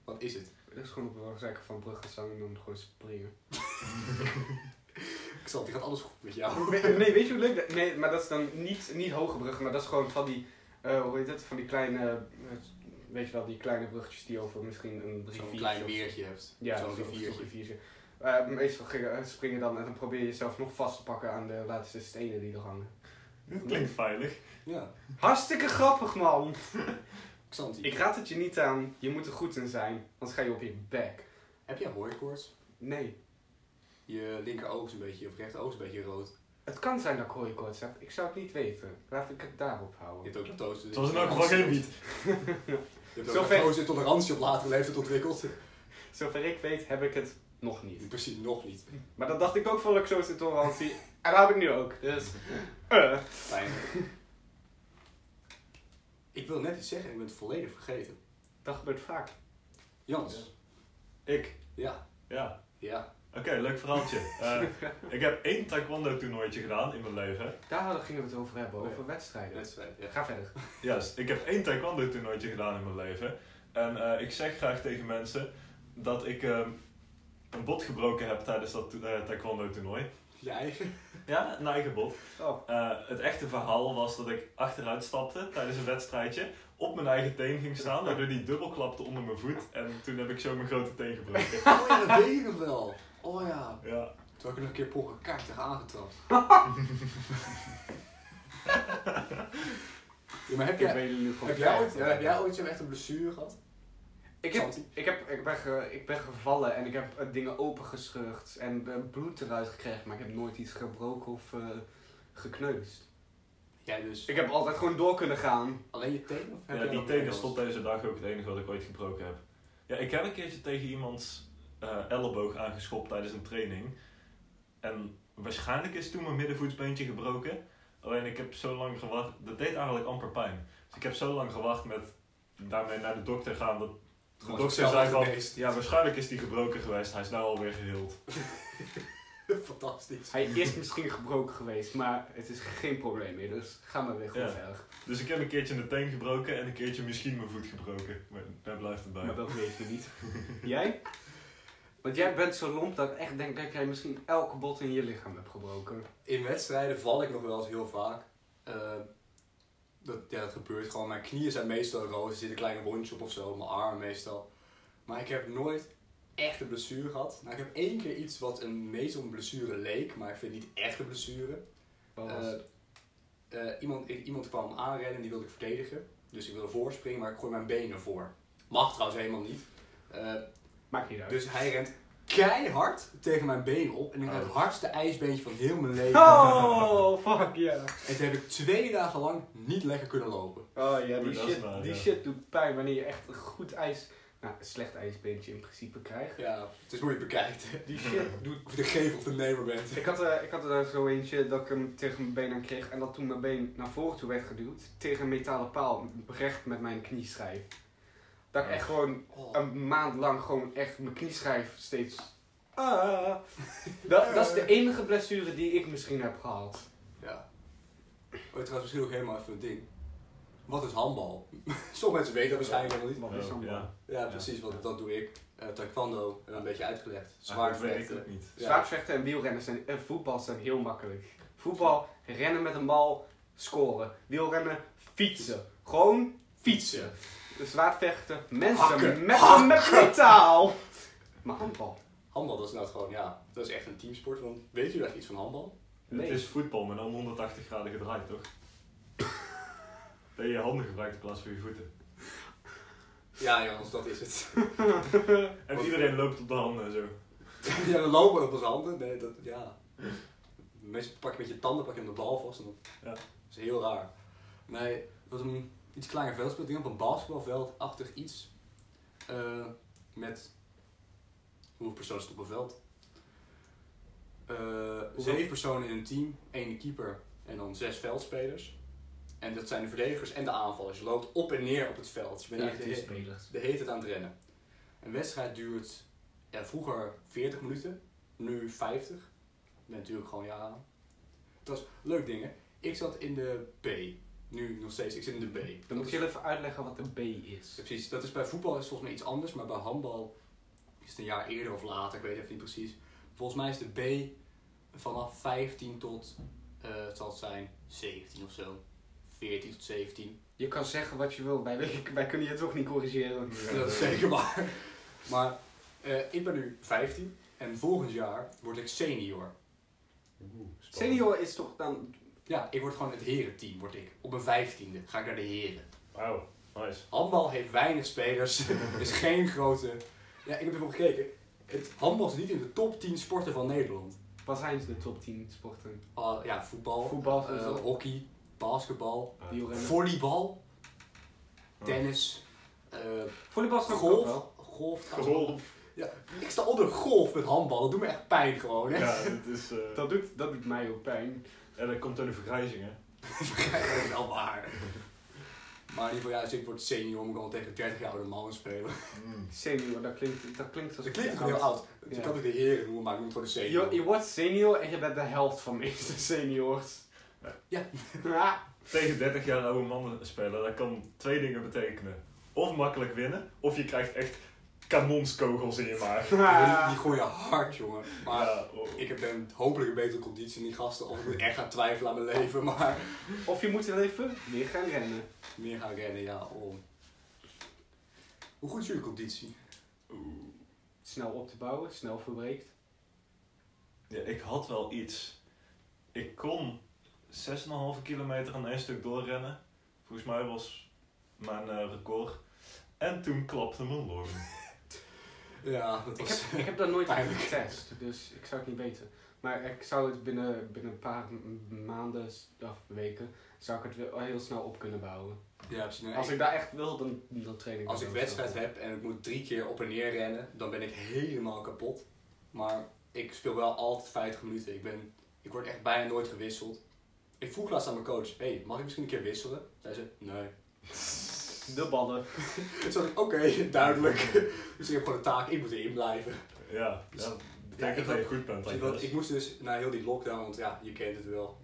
Speaker 1: Wat is het?
Speaker 2: Dat is gewoon op een zeggen van bruggen staan en dan gewoon springen.
Speaker 1: Ik zal, die gaat alles goed met jou.
Speaker 2: Nee, nee, weet je hoe leuk dat... Nee, maar dat is dan niet, niet hoge bruggen, maar dat is gewoon van die... eh, hoe heet het? Van die kleine... eh, weet je wel, die kleine bruggetjes die over misschien een rivier...
Speaker 1: Zo'n klein
Speaker 2: of-
Speaker 1: meertje hebt.
Speaker 2: Ja,
Speaker 1: zo'n
Speaker 2: zo'n
Speaker 1: riviertje.
Speaker 2: riviertje. Eh, meestal gingen- eh, springen dan en dan probeer je jezelf nog vast te pakken aan de laatste stenen die er hangen.
Speaker 3: Dat klinkt veilig.
Speaker 1: Ja,
Speaker 2: Hartstikke grappig, man!
Speaker 1: Xanti.
Speaker 2: Ik raad het je niet aan. Je moet er goed in zijn, anders ga je op je bek.
Speaker 1: Heb jij hooikoorts?
Speaker 2: Nee.
Speaker 1: Je linker oog is een beetje, of rechter oog is een beetje rood.
Speaker 2: Het kan zijn dat ik hooikoorts heb. Ik zou het niet weten. Laat ik het daarop
Speaker 1: Je
Speaker 2: houden.
Speaker 1: hebt ook lactose.
Speaker 3: Het was in elk geval geen wiet.
Speaker 1: Je hebt ook
Speaker 2: Zover-
Speaker 1: lactose intolerantie op latere leeftijd ontwikkeld.
Speaker 2: Zover ik weet, heb ik het nog niet.
Speaker 1: Precies, nog niet.
Speaker 2: Maar dat dacht ik ook voor lactose intolerantie. en dat heb ik nu ook. Dus. eh.
Speaker 1: Fijn. ik wil net iets zeggen en ik ben het volledig vergeten.
Speaker 2: dat gebeurt vaak.
Speaker 1: Jans.
Speaker 3: Ik.
Speaker 1: Ja.
Speaker 3: Ja.
Speaker 1: Ja.
Speaker 3: Oké, leuk verhaaltje. Eh, ik heb één taekwondo toernooitje gedaan in mijn leven.
Speaker 2: Daar hadden- gingen we het over hebben,
Speaker 1: Oh ja.
Speaker 2: over wedstrijden.
Speaker 1: Wedstrijd. Ja.
Speaker 2: Ga verder.
Speaker 3: Juist, ik heb één taekwondo toernooitje gedaan in mijn leven. En eh, ik zeg graag tegen mensen dat ik ehm, een bot gebroken heb tijdens dat eh, taekwondo toernooi.
Speaker 1: Je eigen.
Speaker 3: Ja, een eigen bot.
Speaker 2: Oh.
Speaker 3: Eh, het echte verhaal was dat ik achteruit stapte tijdens een wedstrijdje, op mijn eigen teen ging staan, waardoor die dubbel klapte onder mijn voet en toen heb ik zo mijn grote teen gebroken.
Speaker 1: Oh ja, dat weet ik nog wel. Oh ja.
Speaker 3: Ja,
Speaker 1: Toen had ik nog een keer pochen kaart tegen aangetrapt. ja, maar heb
Speaker 2: Ik
Speaker 1: jij,
Speaker 2: weet het nu gewoon.
Speaker 1: heb jij ooit,
Speaker 2: echt.
Speaker 1: ja, heb jij ooit zo'n echte blessure gehad?
Speaker 2: Ik heb,
Speaker 1: Santi?
Speaker 2: ik, heb, ik, ben ge- ik ben gevallen en ik heb eh, dingen opengescheurd en eh, bloed eruit gekregen, maar ik heb nooit iets gebroken of eh gekneusd.
Speaker 1: Jij dus.
Speaker 2: Ik heb altijd gewoon door kunnen gaan.
Speaker 1: Alleen je teen? Of heb
Speaker 3: ja
Speaker 1: jij
Speaker 3: die
Speaker 1: nog
Speaker 3: teen
Speaker 1: meer
Speaker 3: is
Speaker 1: last?
Speaker 3: tot deze dag ook het enige wat ik ooit gebroken heb. Ja, ik heb een keertje tegen iemands eh, elleboog aangeschopt tijdens een training. En waarschijnlijk is toen mijn middenvoetsbeentje gebroken. Alleen ik heb zo lang gewacht, dat deed eigenlijk amper pijn. Dus ik heb zo lang gewacht met daarmee naar de dokter gaan dat de
Speaker 1: Gewoon
Speaker 3: dokter
Speaker 1: zichzelf
Speaker 3: zei van...
Speaker 1: geneest.
Speaker 3: Ja, waarschijnlijk is die gebroken geweest. Hij is nou alweer geheeld.
Speaker 1: Fantastisch.
Speaker 2: Hij is misschien gebroken geweest, maar het is geen probleem meer, dus ga maar weer gewoon
Speaker 3: Ja.
Speaker 2: verder.
Speaker 3: Dus ik heb een keertje de teen gebroken en een keertje misschien mijn voet gebroken. Maar daar blijft het bij.
Speaker 2: Maar dat weet je niet. jij? Want jij bent zo lomp dat ik echt denk dat jij misschien elke bot in je lichaam hebt gebroken.
Speaker 1: In wedstrijden val ik nog wel eens heel vaak. Eh, dat, ja, dat gebeurt gewoon. Mijn knieën zijn meestal rood. Er zit een kleine wondje op of zo. Mijn arm meestal. Maar ik heb nooit echt een blessure gehad. Nou, ik heb één keer iets wat een meestal een blessure leek. Maar ik vind het niet echt een blessure.
Speaker 2: Wat was
Speaker 1: Eh,
Speaker 2: het?
Speaker 1: eh, iemand, ik- iemand kwam aanrennen en die wilde ik verdedigen. Dus ik wilde voorspringen, maar ik gooi mijn benen voor. Mag trouwens helemaal niet. Eh,
Speaker 2: Maakt niet uit.
Speaker 1: dus hij rent keihard tegen mijn been op. En ik had het
Speaker 3: Oh.
Speaker 1: hardste ijsbeentje van heel mijn leven.
Speaker 2: Oh, fuck ja.
Speaker 1: En toen heb ik twee dagen lang niet lekker kunnen lopen.
Speaker 2: Oh ja, die,
Speaker 3: Oeh, dat is
Speaker 2: shit,
Speaker 3: waar,
Speaker 2: die
Speaker 3: ja.
Speaker 2: shit doet pijn wanneer je echt een goed ijs... Nou, een slecht ijsbeentje in principe krijgt.
Speaker 1: Ja, het is hoe je het bekijkt. hè.
Speaker 2: Die shit doet...
Speaker 1: Of je de gever of de nemer bent.
Speaker 2: Ik had, eh ik had er zo eentje dat ik hem tegen mijn been aan kreeg en dat toen mijn been naar voren toe werd geduwd tegen een metalen paal recht met mijn knieschijf. Dat ik echt gewoon
Speaker 1: Oh.
Speaker 2: een maand lang gewoon echt mijn knieschijf steeds... Ah. Dat, dat is de enige blessure die ik misschien heb gehad.
Speaker 1: Ja. Oh, trouwens, misschien ook helemaal even een ding. Wat is handbal? Sommige mensen weten dat waarschijnlijk helemaal niet.
Speaker 2: Wat is
Speaker 3: Oh,
Speaker 2: zo'n
Speaker 3: ja.
Speaker 1: Ja, precies, want dat doe ik. Eh, taekwondo, en een beetje uitgelegd. Zwaar
Speaker 3: Ah, dat weet ik
Speaker 1: vechten.
Speaker 3: ook niet.
Speaker 1: Ja.
Speaker 2: Zwaardvechten en wielrennen zijn, en voetbal zijn heel makkelijk. Voetbal, rennen met een bal, scoren. Wielrennen, fietsen. Gewoon fietsen. Zwaardvechten, mensen
Speaker 1: Hakken.
Speaker 2: met met metaal. Maar handbal.
Speaker 1: Handbal, dat is nou gewoon, ja, dat is echt een teamsport. Want weet jullie echt iets van handbal?
Speaker 2: Nee.
Speaker 3: Het is voetbal, maar dan 180 graden gedraaid, toch? dat je je handen gebruikt in plaats van je voeten.
Speaker 1: Ja, jongens, dat is het.
Speaker 3: En
Speaker 1: Wat-
Speaker 3: iedereen loopt op de handen en zo.
Speaker 1: ja, we lopen op onze handen. Nee, dat, ja. Meestal pak je met je tanden, pak je hem de bal vast. En dat,
Speaker 3: Ja.
Speaker 1: dat is heel raar. Nee, dat was een iets kleiner veldspel. Ik denk op een basketbalveldachtig iets. Eh, met hoeveel personen zitten op een veld? Eh, zeven personen in een team, één keeper en dan zes veldspelers. En dat zijn de verdedigers en de aanvallers. Je loopt op en neer op het veld. Je bent echt heel-
Speaker 2: spelers.
Speaker 1: de hele tijd aan het rennen. Een wedstrijd duurt ja, vroeger 40 minuten, nu 50. Ik ben natuurlijk gewoon ja. Het was leuk dingen. Ik zat in de B. nu nog steeds, ik zit in de B.
Speaker 2: Dan moet je even uitleggen wat een B is.
Speaker 1: Ja, Precies, dat is bij voetbal is volgens mij iets anders, maar bij handbal is het een jaar eerder of later, ik weet even niet precies. Volgens mij is de B vanaf 15 tot, eh, het zal het zijn, 17 of zo. 14 tot 17.
Speaker 2: Je kan zeggen wat je wil, wij, wij kunnen je toch niet corrigeren.
Speaker 3: Ja.
Speaker 1: dat is zeker waar. Maar eh, ik ben nu 15 en volgend jaar word ik senior.
Speaker 2: Senior is toch dan...
Speaker 1: Ja, ik word gewoon het herenteam, word ik. Op mijn 15e ga ik naar de heren.
Speaker 3: Wauw, nice.
Speaker 1: Handbal heeft weinig spelers, is geen grote... Ja, ik heb ervoor gekeken. Het handbal is niet in de top 10 sporten van Nederland.
Speaker 2: Wat zijn ze de top 10 sporten?
Speaker 1: Ah, ja, voetbal,
Speaker 2: Voetbal, eh,
Speaker 1: eh,
Speaker 2: sowieso.
Speaker 1: hockey, basketbal,
Speaker 2: Wielrennen.
Speaker 1: volleybal, tennis, eh,
Speaker 2: Volleybal snap ik ook
Speaker 1: golf.
Speaker 2: wel.
Speaker 1: Golf.
Speaker 3: Golf.
Speaker 1: Ja, ik sta onder golf met handbal. Dat doet me echt pijn gewoon, hè?
Speaker 3: Ja, dat is... eh,
Speaker 2: Dat doet, dat doet mij ook pijn.
Speaker 3: ja, dat komt door de vergrijzing, hè.
Speaker 1: Begrijp ik wel waar. Maar in ieder geval, ja, dus ik word senior, moet ik al tegen 30 jaar oude mannen spelen.
Speaker 2: Senior, dat klinkt, dat klinkt als...
Speaker 1: Dat klinkt gewoon heel oud. Dus
Speaker 2: Ja.
Speaker 1: ik kan het de heren noemen, maar ik noem het gewoon de
Speaker 2: Je,
Speaker 1: senior.
Speaker 2: je wordt senior en je bent de helft van de meeste seniors.
Speaker 1: Ja.
Speaker 2: Ja.
Speaker 3: Tegen 30 jaar oude mannen spelen, dat kan twee dingen betekenen. Of makkelijk winnen, of je krijgt echt kanonskogels in je maag.
Speaker 1: Die, die gooien hard, jongen. Maar
Speaker 3: Ja, oh.
Speaker 1: ik heb een, hopelijk een betere conditie dan die gasten. Of ik moet echt gaan twijfelen aan mijn leven, maar...
Speaker 2: Of je moet wel even weer gaan rennen.
Speaker 1: Meer gaan rennen, ja. Om. Hoe goed is jullie conditie?
Speaker 3: Oeh.
Speaker 2: Snel op te bouwen, snel verbreekt.
Speaker 3: Ja, ik had wel iets. Ik kon 6,5 kilometer aan één stuk doorrennen. Volgens mij was mijn eh, record. En toen klapte mijn long.
Speaker 1: Ja, dat
Speaker 2: Ik
Speaker 1: was...
Speaker 2: heb, ik heb dat nooit
Speaker 1: Pijnlijk.
Speaker 2: getest, dus ik zou het niet weten. Maar ik zou het binnen, binnen een paar m- maanden s- of weken, zou ik het wel heel snel op kunnen bouwen.
Speaker 1: Ja, precies. Nee,
Speaker 2: Als ik daar echt wil, dan, dan train ik
Speaker 1: als
Speaker 2: dat
Speaker 1: ik
Speaker 2: wel
Speaker 1: wedstrijd
Speaker 2: snel.
Speaker 1: heb en ik moet drie keer op en neer rennen, dan ben ik helemaal kapot. Maar ik speel wel altijd 50 minuten. Ik, ben, ik word echt bijna nooit gewisseld. Ik vroeg laatst aan mijn coach, hey, mag ik misschien een keer wisselen? Zij zei, nee.
Speaker 2: De ballen.
Speaker 1: Toen dacht ik, oké, duidelijk. Dus ik heb gewoon een taak, ik moet erin blijven.
Speaker 3: Ja, Dus ja, dat betekent
Speaker 1: ik
Speaker 3: dat je
Speaker 1: had-
Speaker 3: goed bent.
Speaker 1: Dus ik,
Speaker 3: I
Speaker 1: wa-
Speaker 3: guess.
Speaker 1: ik moest dus na heel die lockdown, want ja, je kent het wel.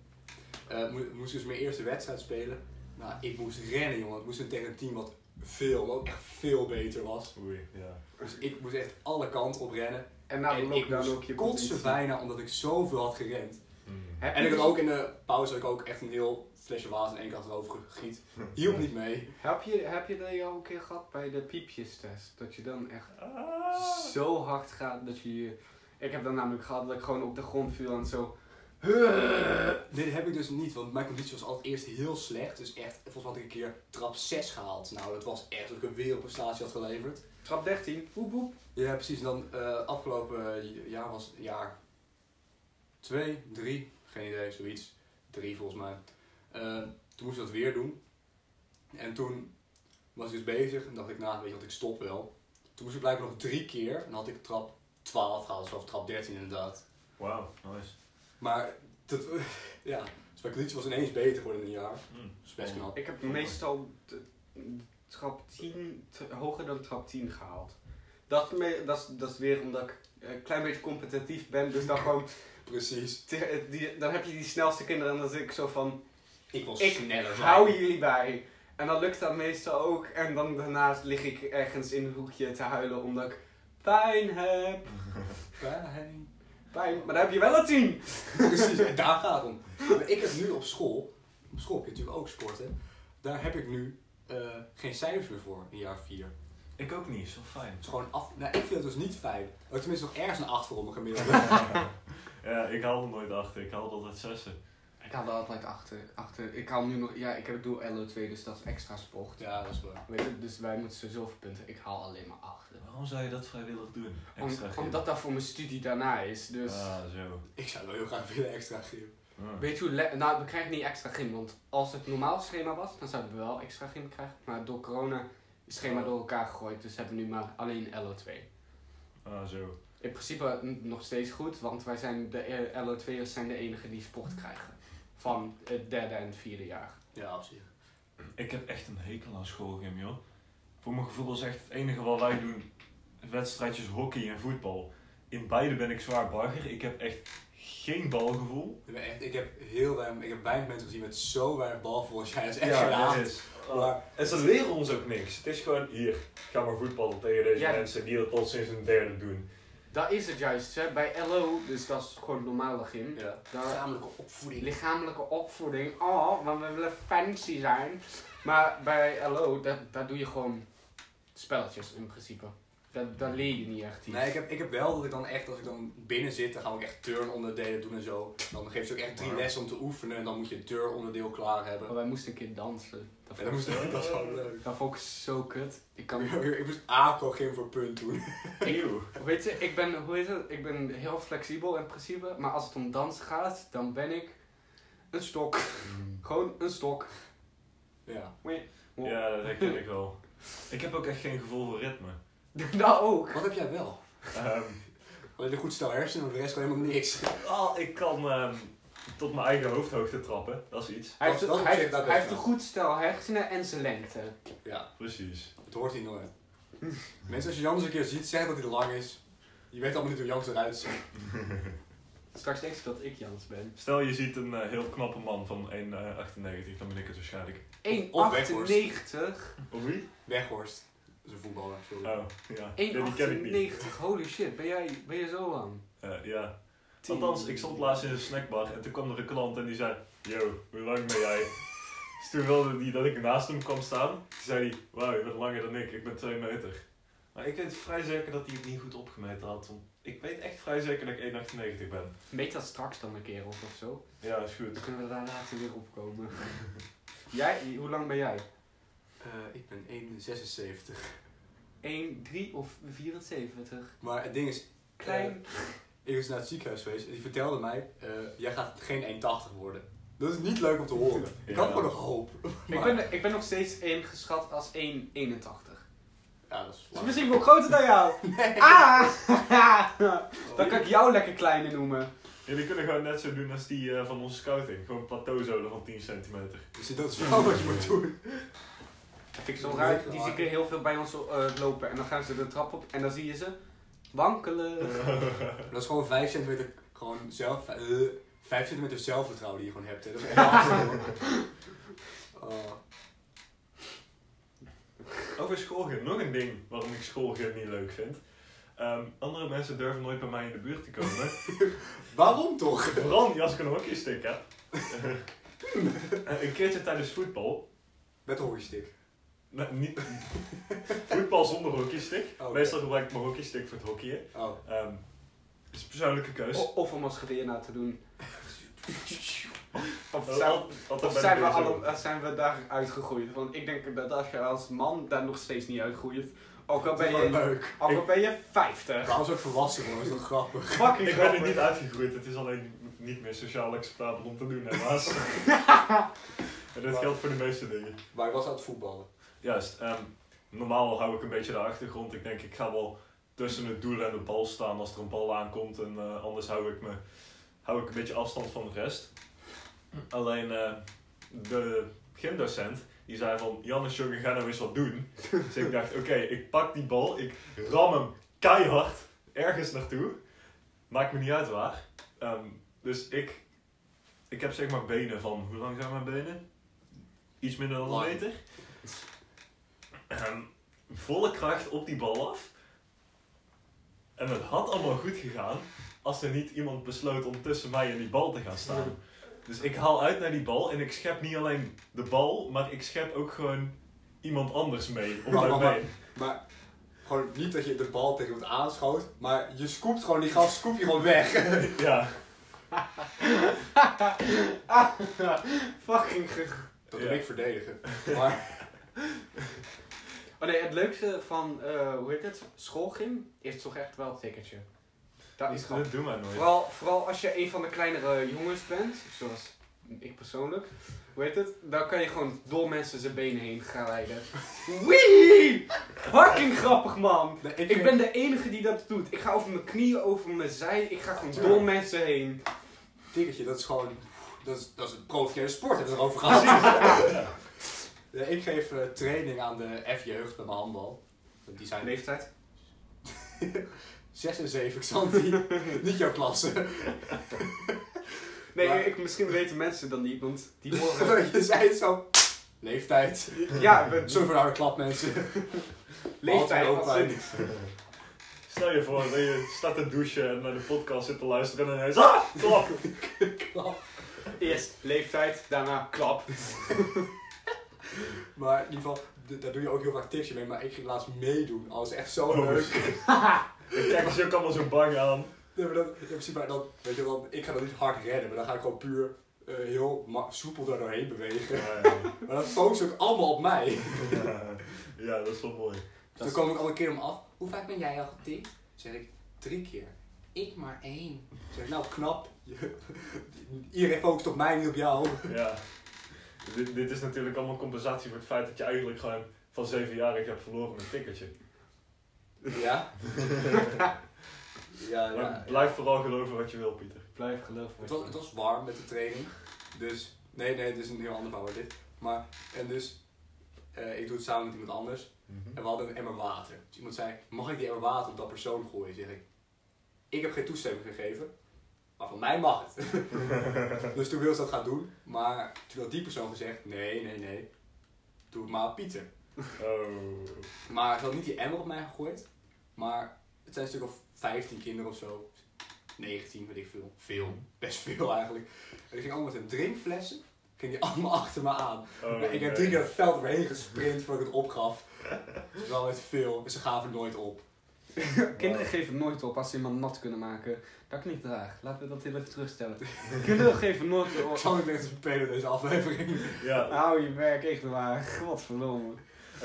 Speaker 1: eh, moe- moest dus mijn eerste wedstrijd spelen. Nou, ik moest rennen, jongen. Ik moest toen tegen een team wat veel, maar ook echt veel beter was.
Speaker 3: Oei, ja.
Speaker 1: Dus ik moest echt alle kanten op rennen.
Speaker 2: En na de
Speaker 1: en ik
Speaker 2: lockdown ook
Speaker 1: moest
Speaker 2: je
Speaker 1: kotsen
Speaker 2: conditie.
Speaker 1: bijna omdat ik zoveel had gerend.
Speaker 3: Hmm.
Speaker 2: Heb
Speaker 1: En
Speaker 2: je,
Speaker 1: ik had
Speaker 2: dus-
Speaker 1: ook in de pauze had ik ook echt een heel flesje water in één kant erover gegiet. Hielp niet mee.
Speaker 2: heb, je, heb je dat jou een keer gehad bij de piepjestest? Dat je dan echt
Speaker 3: Ah.
Speaker 2: zo hard gaat dat je je... Ik heb dat namelijk gehad dat ik gewoon op de grond viel en zo...
Speaker 1: Nee, dat heb ik dus niet, want mijn conditie was altijd eerst heel slecht. Dus echt, volgens mij had ik een keer trap 6 gehaald. Nou, dat was echt dat ik een wereldprestatie had geleverd.
Speaker 2: Trap 13, boep boep.
Speaker 1: Ja, precies. En Dan eh, afgelopen eh, jaar was jaar 2, 3, geen idee, zoiets. 3 volgens mij. Eh, toen moest ik dat weer doen. En toen was ik dus bezig en dacht ik, nou weet je wat, ik stop wel. Toen moest ik blijkbaar nog drie keer en had ik trap 12 gehaald, of trap 13 inderdaad.
Speaker 3: Wauw, nice.
Speaker 1: Maar dat, ja, dus mijn conditie was ineens beter geworden in een jaar.
Speaker 3: Hmm.
Speaker 1: Dat is best knap.
Speaker 2: Ik heb meestal t- trap 10, t- hoger dan trap 10 gehaald. Dat, me, dat, is, dat is weer omdat ik eh, een klein beetje competitief ben, dus dan gewoon,
Speaker 1: Oh, Precies.
Speaker 2: te- die, dan heb je die snelste kinderen en dan zit ik zo van,
Speaker 1: Ik was
Speaker 2: Ik
Speaker 1: sneller.
Speaker 2: hou jullie bij. En dan lukt dat meestal ook en dan daarnaast lig ik ergens in een hoekje te huilen omdat ik pijn heb.
Speaker 1: Fijn.
Speaker 2: Pijn, maar dan heb je wel een 10.
Speaker 1: Precies, en daar gaat het om. Maar ik heb nu op school, op school heb je natuurlijk ook sporten, daar heb ik nu eh, geen cijfers meer voor in jaar 4. Het
Speaker 3: Ik ook niet, zo fijn.
Speaker 1: is gewoon af. Nou, ik vind het dus niet fijn. Oh, tenminste, nog ergens een 8 voor op mijn gemiddelde.
Speaker 3: ja, ik haalde nooit achter, ik haalde altijd zessen.
Speaker 2: Ik haal er altijd achter, achter. Ik haal nu nog, ja ik heb doel LO2 dus dat is extra sport.
Speaker 1: ja, dat is waar.
Speaker 2: Weet je, dus wij moeten zoveel punten. Ik haal alleen maar achter.
Speaker 3: Waarom zou je dat vrijwillig doen?
Speaker 2: Om-
Speaker 3: Extra gym.
Speaker 2: omdat dat voor mijn studie daarna is. Dus
Speaker 3: Ah, zo. Hmm.
Speaker 1: Ik zou wel heel graag willen extra gym.
Speaker 3: Ja.
Speaker 2: weet je hoe... le- Nou, we krijgen niet extra gym. Want als het normaal schema was, dan zouden we wel extra gym krijgen. Maar door corona is het schema
Speaker 3: Oh.
Speaker 2: door elkaar gegooid. Dus hebben we nu maar alleen LO2.
Speaker 3: Ah, zo.
Speaker 2: In principe n- nog steeds goed. Want wij zijn de eh, LO2'ers zijn de enige die sport krijgen. Van het derde en het vierde jaar.
Speaker 1: Ja, op zich.
Speaker 3: Ik heb echt een hekel aan schoolgym, joh. Voor mijn gevoel is echt het enige wat wij doen wedstrijdjes hockey en voetbal. in beide ben ik zwaar bagger. Ik heb echt geen balgevoel.
Speaker 1: Ik, ben echt, ik heb heel weinig, ik heb weinig mensen gezien met zo weinig balvol als jij. Dat is echt
Speaker 3: dat
Speaker 1: gedaan.
Speaker 3: is. En ze leren ons ook niks. Het is gewoon, hier, ga maar voetballen tegen deze
Speaker 2: Ja.
Speaker 3: mensen die dat al sinds een derde doen.
Speaker 2: Dat is het juist, hè. bij LO, dus dat is gewoon normale gym.
Speaker 1: ja.
Speaker 2: Daar
Speaker 1: Gezamenlijke opvoeding.
Speaker 2: lichamelijke opvoeding, oh, want we willen fancy zijn. Maar bij LO, dat, daar doe je gewoon spelletjes in principe. Dat, dat leer je niet echt iets.
Speaker 1: Nee, ik heb, ik heb wel dat ik dan echt, als ik dan binnen zit, dan ga ik echt turnonderdelen doen en zo. Dan geeft ze ook echt drie
Speaker 3: Wow.
Speaker 1: lessen om te oefenen en dan moet je een turnonderdeel klaar hebben.
Speaker 2: Maar wij moesten een keer dansen. Dat
Speaker 1: En
Speaker 2: vond,
Speaker 1: dan
Speaker 2: ik,
Speaker 1: moest dat was gewoon leuk.
Speaker 2: dat vond ik zo kut. Ik kan,
Speaker 1: Ik moest acro-gym voor punt doen.
Speaker 3: Eeuw.
Speaker 2: weet je, ik ben, hoe heet het? Ik ben heel flexibel in principe, maar als het om dansen gaat, dan ben ik een stok. Gewoon een stok.
Speaker 1: Ja.
Speaker 3: Ja, dat ken ik wel. Ik heb ook echt geen gevoel voor ritme.
Speaker 2: dat ook.
Speaker 1: Wat heb jij wel?
Speaker 3: Ehm,
Speaker 1: Alleen een goed stel hersenen, maar voor de rest gewoon helemaal niks.
Speaker 3: oh, ik kan ehm, tot mijn eigen hoofdhoogte trappen, dat is iets.
Speaker 2: Hij
Speaker 1: Dat-
Speaker 2: heeft,
Speaker 1: dat op
Speaker 2: hij
Speaker 1: zich
Speaker 2: heeft-
Speaker 1: dat
Speaker 2: hij
Speaker 1: best
Speaker 2: heeft een
Speaker 1: wel.
Speaker 2: goed stel hersenen en zijn lengte.
Speaker 1: Ja,
Speaker 3: Precies.
Speaker 1: het hoort hier nooit. Mensen, als je Jans een keer ziet, zeg dat hij lang is. Je weet allemaal niet hoe Jans eruit ziet.
Speaker 2: Straks denk je dat ik Jans ben.
Speaker 3: Stel je ziet een eh, heel knappe man van 1,98, dan ben ik het waarschijnlijk.
Speaker 2: 1,98.
Speaker 1: Of Weghorst.
Speaker 2: 1,98.
Speaker 3: Of wie?
Speaker 1: Weghorst. Dat is een voetballer, sorry.
Speaker 3: Oh, ja. Ja, die ken ik niet.
Speaker 2: Holy shit, ben jij, ben jij zo lang?
Speaker 3: Eh, ja.
Speaker 2: Tien.
Speaker 3: Althans, ik stond laatst in een snackbar en toen kwam er een klant en die zei: Yo, hoe lang ben jij? Dus toen wilde hij dat ik naast hem kwam staan. Toen zei hij: Wauw, je bent langer dan ik, ik ben 2 meter. Maar ik weet vrij zeker dat hij het niet goed opgemeten had. want ik weet echt vrij zeker dat ik 1,98 ben.
Speaker 2: Meet dat straks dan een keer op of zo.
Speaker 3: Ja, is goed.
Speaker 2: Dan kunnen we daar later weer opkomen. jij, hoe lang ben jij?
Speaker 1: Eh, ik ben 1,76.
Speaker 2: 1, 3 of 74?
Speaker 1: Maar het ding is,
Speaker 2: Klein.
Speaker 1: ik was naar het ziekenhuis geweest en die vertelde mij, eh, jij gaat geen 1,80 worden. Dat is niet leuk om te horen. Ik had
Speaker 3: Ja.
Speaker 1: gewoon nog hoop.
Speaker 2: ik,
Speaker 1: maar-
Speaker 2: ben, ik ben nog steeds ingeschat als 1,81. Dus
Speaker 1: Ja, dat is flauw.
Speaker 2: misschien wel groter dan jou. Ah! dan kan ik jou lekker kleiner noemen.
Speaker 3: Jullie kunnen gewoon net zo doen als die eh, van onze scouting. Gewoon plateauzolen van 10 centimeter.
Speaker 1: Dus dat is wel wat je moet doen.
Speaker 2: Dat vind ik zo raar. Die zie ik heel veel bij ons eh, lopen. En dan gaan ze de trap op en dan zie je ze wankelen.
Speaker 1: Dat is gewoon 5 centimeter, gewoon zelf, eh, 5 centimeter zelfvertrouwen die je gewoon hebt. Hè. Dat is echt waanzinnig. Oh.
Speaker 3: Over schoolgym, nog een ding waarom ik schoolgym niet leuk vind. Ehm, andere mensen durven nooit bij mij in de buurt te komen.
Speaker 1: Waarom toch?
Speaker 3: Vooral niet als ik een hockeystick heb. Eh, een keertje tijdens voetbal.
Speaker 1: Met een hockeystick.
Speaker 3: Nee, niet, voetbal zonder hockeystick.
Speaker 2: Oh,
Speaker 1: Oké.
Speaker 3: Meestal gebruik ik mijn hockeystick voor het hockeyen.
Speaker 1: Oh.
Speaker 3: Ehm is een persoonlijke keus.
Speaker 2: O- Of om als geweer na te doen. Of
Speaker 3: Eh,
Speaker 2: zijn,
Speaker 3: al- altijd
Speaker 2: of
Speaker 3: ben
Speaker 2: zijn,
Speaker 3: ik
Speaker 2: we,
Speaker 3: weer zo.
Speaker 2: alle, zijn we daar uitgegroeid? Want ik denk dat als je als man daar nog steeds niet uitgroeit. Ook al
Speaker 1: Dat is
Speaker 2: ben
Speaker 1: wel
Speaker 2: je,
Speaker 1: leuk.
Speaker 2: ook al ben je 50.
Speaker 1: Waarom ook volwassen worden? Dat is toch grappig?
Speaker 2: Fucking
Speaker 3: Ik ben er
Speaker 2: grappig.
Speaker 3: niet uitgegroeid, het is alleen niet meer sociaal acceptabel om te doen, helaas. en dat geldt voor de meeste dingen.
Speaker 1: Maar ik was aan het voetballen.
Speaker 3: Juist, ehm, normaal hou ik een beetje de achtergrond. Ik denk, ik ga wel tussen het doel en de bal staan als er een bal aankomt. En eh, anders hou ik, me, hou ik een beetje afstand van de rest. Alleen eh, de gymdocent, die zei van, Jannes jongen, ga nou eens wat doen. Dus ik dacht, oké, ik pak die bal, ik ram hem keihard ergens naartoe. Maakt me niet uit waar. Ehm, dus ik, ik heb zeg maar benen van, hoe lang zijn mijn benen? Iets minder dan een
Speaker 1: Lang.
Speaker 3: meter. Ehm, volle kracht op die bal af. En het had allemaal goed gegaan als er niet iemand besloot om tussen mij en die bal te gaan staan. Dus ik haal uit naar die bal en ik schep niet alleen de bal, maar ik schep ook gewoon iemand anders mee op
Speaker 1: Maar-
Speaker 3: mijn
Speaker 1: maar- maar-
Speaker 3: been.
Speaker 1: Maar gewoon niet dat je de bal tegen iemand aanschoot, maar je scoopt gewoon die gast, scoop je gewoon weg.
Speaker 3: Ja.
Speaker 2: Fucking ge-
Speaker 1: Dat wil
Speaker 3: Ja.
Speaker 1: ik verdedigen. Maar
Speaker 2: Oh nee, het leukste van, eh, hoe heet het, schoolgym is toch echt wel het tikkertje. Dat is grappig.
Speaker 3: Dat doen wij nooit.
Speaker 2: Vooral, vooral als je een van de kleinere jongens bent, zoals ik persoonlijk, hoe heet het? Dan kan je gewoon door mensen zijn benen heen gaan rijden. Wee! Fucking grappig man!
Speaker 1: Nee,
Speaker 2: Ik ben de enige die dat doet. Ik ga over mijn knieën, over mijn zij, ik ga gewoon door mensen heen.
Speaker 1: tikkertje, dat is gewoon. Dat is, dat is een professionele sport, hebben we erover gehad. Ja, ik geef eh, training aan de F-jeugd bij mijn handbal. Die zijn
Speaker 2: Leeftijd?
Speaker 1: 6 en 7, Xanti. Niet jouw klasse.
Speaker 2: Nee,
Speaker 1: Maar-
Speaker 2: ik, misschien weten mensen dan niet, want die horen...
Speaker 1: je zei het zo. Leeftijd.
Speaker 2: ja, we-
Speaker 1: Sorry voor de oude klap, mensen.
Speaker 2: leeftijd.
Speaker 1: Altijd
Speaker 2: als in-
Speaker 1: hoofdpijn.
Speaker 3: Stel je voor dat je staat te douchen en naar de podcast zit te luisteren en hij is... Ah! Klap!
Speaker 2: Eerst leeftijd, daarna klap.
Speaker 1: Maar in ieder geval, d- daar doe je ook heel vaak tipsje mee. Maar ik ging laatst meedoen. Alles echt zo
Speaker 3: Oh,
Speaker 1: leuk.
Speaker 3: Ik kijk ze ook allemaal zo bang aan.
Speaker 1: Nee, maar dan, in principe, maar dan, weet je, wel, dan, ik ga dat niet hard redden, maar dan ga ik gewoon puur eh, heel ma- soepel daar doorheen bewegen.
Speaker 3: Ja,
Speaker 1: Maar dat focust ook allemaal op mij.
Speaker 3: ja. Ja, dat is wel mooi.
Speaker 1: Dus dan kwam ik al een keer om af. Hoe vaak ben jij al getikt? Zeg ik, drie keer. Ik maar één. Zeg ik, nou knap. Je- Iedereen focust op mij, niet op jou.
Speaker 3: Ja. Dit, dit is natuurlijk allemaal compensatie voor het feit dat je eigenlijk gewoon van zevenjarig hebt verloren met een tikkertje.
Speaker 1: Ja? ja,
Speaker 3: Maar
Speaker 1: ja.
Speaker 3: blijf vooral geloven wat je wil, Pieter.
Speaker 2: Blijf geloven.
Speaker 1: Het was, het was warm met de training. Dus, nee, nee, het is een heel ander bouwer dit. Maar, en dus, eh, ik doe het samen met iemand anders. En we hadden een emmer water. Dus iemand zei, mag ik die emmer water op dat persoon gooien? Zeg ik, ik heb geen toestemming gegeven, maar van mij mag het. dus toen wilde ze dat gaan doen, maar toen had die persoon gezegd, nee, nee, nee, doe het maar op Pieter.
Speaker 3: Oh.
Speaker 1: Maar ze had niet die emmer op mij gegooid, maar het zijn een stuk of 15 kinderen of zo. 19, weet ik veel. Veel, best veel eigenlijk. En die ging allemaal met een drinkflessen, ging die allemaal achter me aan.
Speaker 3: oh
Speaker 1: Ik heb drie keer het veld omheen gesprint voordat ik het opgaf. Wel met veel. En ze gaven nooit op.
Speaker 2: Kinderen geven nooit op als ze iemand nat kunnen maken. Dat klinkt raar. Laten we dat heel even terugstellen. Kinderen geven nooit
Speaker 1: Ik
Speaker 2: op.
Speaker 1: zal niet echt spelen deze aflevering.
Speaker 3: Ja,
Speaker 2: Hou je werk echt waar. Godverdomme.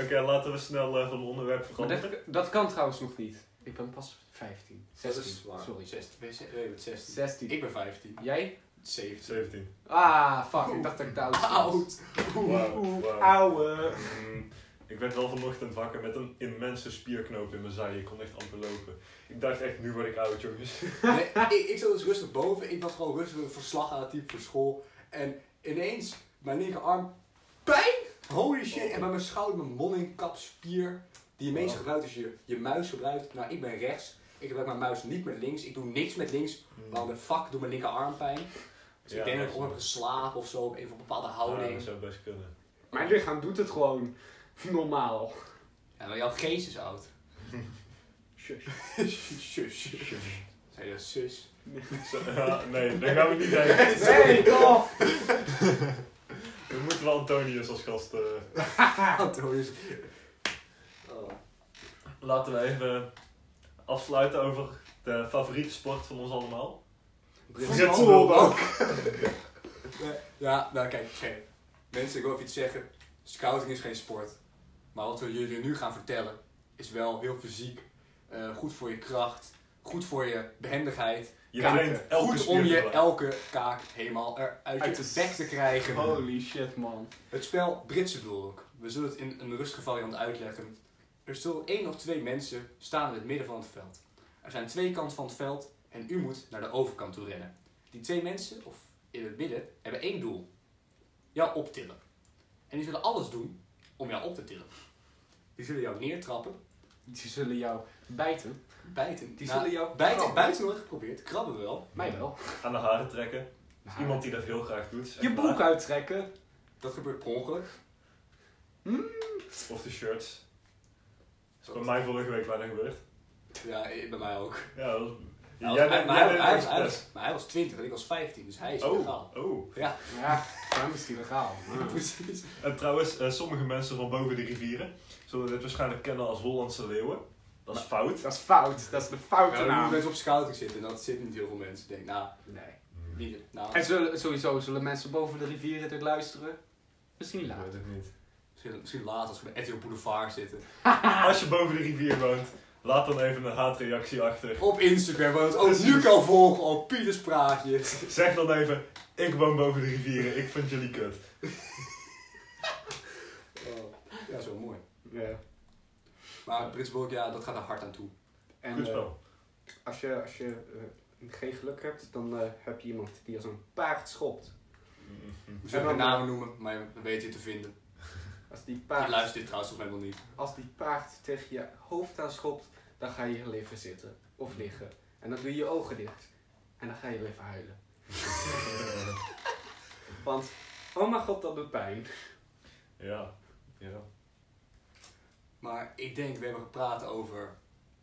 Speaker 3: oké, laten we snel eh, van het onderwerp
Speaker 2: Maar
Speaker 3: veranderen.
Speaker 2: dat, dat kan trouwens nog niet. Ik ben pas 15.
Speaker 1: Dat
Speaker 2: 16.
Speaker 1: is waar.
Speaker 2: Sorry.
Speaker 1: 16. Ben je ze- Nee, met 16.
Speaker 2: 16.
Speaker 1: Ik ben 15.
Speaker 2: Jij?
Speaker 1: 17.
Speaker 3: 17.
Speaker 2: Ah, fuck. Ik dacht dat ik te oud was.
Speaker 1: Oud!
Speaker 3: Wauw,
Speaker 2: Oeh,
Speaker 3: wauw.
Speaker 2: ouwe.
Speaker 3: Mm, Ik werd wel vanochtend wakker met een immense spierknoop in mijn zij. Ik kon echt amper lopen. Ik dacht echt, nu word ik oud, jongens.
Speaker 1: Nee, ik, ik zat dus rustig boven. Ik was gewoon rustig een verslag aan het typen voor school. En ineens, mijn linkerarm. Pijn! Holy shit! En bij mijn schouder, mijn mondingkapspier. Die je meest
Speaker 3: Wow.
Speaker 1: gebruikt als je je muis gebruikt. Nou, ik ben rechts. Ik gebruik mijn muis niet met links. Ik doe niks met links.
Speaker 3: Hmm.
Speaker 1: Waarom de fuck doet mijn linkerarm pijn? Dus
Speaker 3: Mm, Ja,
Speaker 1: ik denk dat ik
Speaker 3: dat
Speaker 1: om
Speaker 3: is-
Speaker 1: heb geslapen of zo, op een of bepaalde
Speaker 3: Ja,
Speaker 1: houding.
Speaker 3: dat zou best kunnen.
Speaker 2: Mijn lichaam doet het gewoon. Normaal.
Speaker 1: Ja, maar jouw geest is oud.
Speaker 2: Shush.
Speaker 1: sus. Zei je dat sus?
Speaker 3: Zo- ja, nee, daar gaan we niet heen.
Speaker 2: Nee, tof!
Speaker 3: We moeten wel Antonius als gast. eh.
Speaker 1: Antonius. Oh.
Speaker 3: Laten we even afsluiten over de favoriete sport van ons allemaal.
Speaker 1: Voetbal.
Speaker 3: Voetbal.
Speaker 1: Nee, Ja, nou kijk, oké. mensen, ik wil even iets zeggen. Scouting is geen sport. Maar wat we jullie nu gaan vertellen, is wel heel fysiek. Eh, goed voor je kracht, goed voor je behendigheid.
Speaker 3: Je
Speaker 1: Kaken.
Speaker 3: traint elke
Speaker 1: goed om je
Speaker 3: spiercel.
Speaker 1: elke kaak helemaal eruit
Speaker 2: Uit Oh,
Speaker 1: je
Speaker 2: de-
Speaker 1: bek te krijgen.
Speaker 2: Holy shit, man.
Speaker 1: Het spel Britse bulldog. We zullen het in een rustige variant uitleggen. Er zullen één of twee mensen staan in het midden van het veld. Er zijn twee kanten van het veld en u moet naar de overkant toe rennen. Die twee mensen, of in het midden, hebben één doel. Jou optillen. En die zullen alles doen om jou op te tillen. Die zullen jou neertrappen,
Speaker 2: Die zullen jou bijten.
Speaker 1: bijten.
Speaker 2: Die
Speaker 1: Nou,
Speaker 2: zullen jou
Speaker 1: bijten,
Speaker 2: krabben.
Speaker 1: bijten nooit geprobeerd, krabben wel.
Speaker 2: Mij wel.
Speaker 3: Aan de haren trekken. Iemand die dat heel graag doet. zeg
Speaker 2: Je
Speaker 3: maar.
Speaker 2: broek uittrekken.
Speaker 1: Dat gebeurt per ongeluk.
Speaker 3: Of de shirts. Dat is bij mij vorige week bijna gebeurd.
Speaker 1: Ja, eh, bij mij ook.
Speaker 3: Ja, dat was...
Speaker 1: Hij was-
Speaker 3: jij
Speaker 1: hij-
Speaker 3: bent
Speaker 1: maar
Speaker 3: jij
Speaker 1: hij-
Speaker 3: bent
Speaker 1: hij was-
Speaker 3: expres.
Speaker 1: hij was- maar hij was 20 en ik was 15, dus hij is illegaal.
Speaker 3: Oh, oh.
Speaker 2: Ja, dat is illegaal.
Speaker 1: Precies.
Speaker 3: En trouwens, eh, sommige mensen van boven de rivieren zullen dit waarschijnlijk kennen als Hollandse leeuwen. Dat is fout.
Speaker 2: Dat is fout. Dat is de foute
Speaker 1: Ja, er moeten
Speaker 2: naam.
Speaker 1: mensen op scouting zitten en dat zitten niet heel veel mensen. Ik denk, nou,
Speaker 2: Nee.
Speaker 1: wie, nou
Speaker 2: En zullen, sowieso zullen mensen boven de rivieren dit luisteren? Misschien
Speaker 3: Ik
Speaker 2: later.
Speaker 3: weet het niet.
Speaker 1: misschien, misschien later als we bij RTL Boulevard zitten.
Speaker 3: Als je boven de rivier woont, laat dan even een haatreactie achter.
Speaker 1: Op Instagram, waar je het ook nu kan volgen op Pieters Praatje.
Speaker 3: Zeg dan even, ik woon boven de rivieren, ik vind jullie kut.
Speaker 1: Ja, zo mooi.
Speaker 2: Ja.
Speaker 1: Maar Brits Bulk, ja, dat gaat er hard aan toe.
Speaker 2: En
Speaker 3: Goed
Speaker 2: eh,
Speaker 3: spel.
Speaker 2: als je, als je eh, geen geluk hebt, dan eh, heb je iemand die als een paard schopt.
Speaker 1: We zullen
Speaker 2: En dan- eh,
Speaker 1: geen namen noemen, maar we weten je te vinden.
Speaker 2: Als die
Speaker 1: Die
Speaker 2: paard,
Speaker 1: luistert dit trouwens nog helemaal niet.
Speaker 2: als die paard tegen je hoofd aan schopt, dan ga je heel even zitten of liggen. En dan doe je je ogen dicht. En dan ga je heel even huilen. Want, oh mijn god, dat doet pijn.
Speaker 3: Ja. Ja.
Speaker 1: Maar ik denk, we hebben gepraat over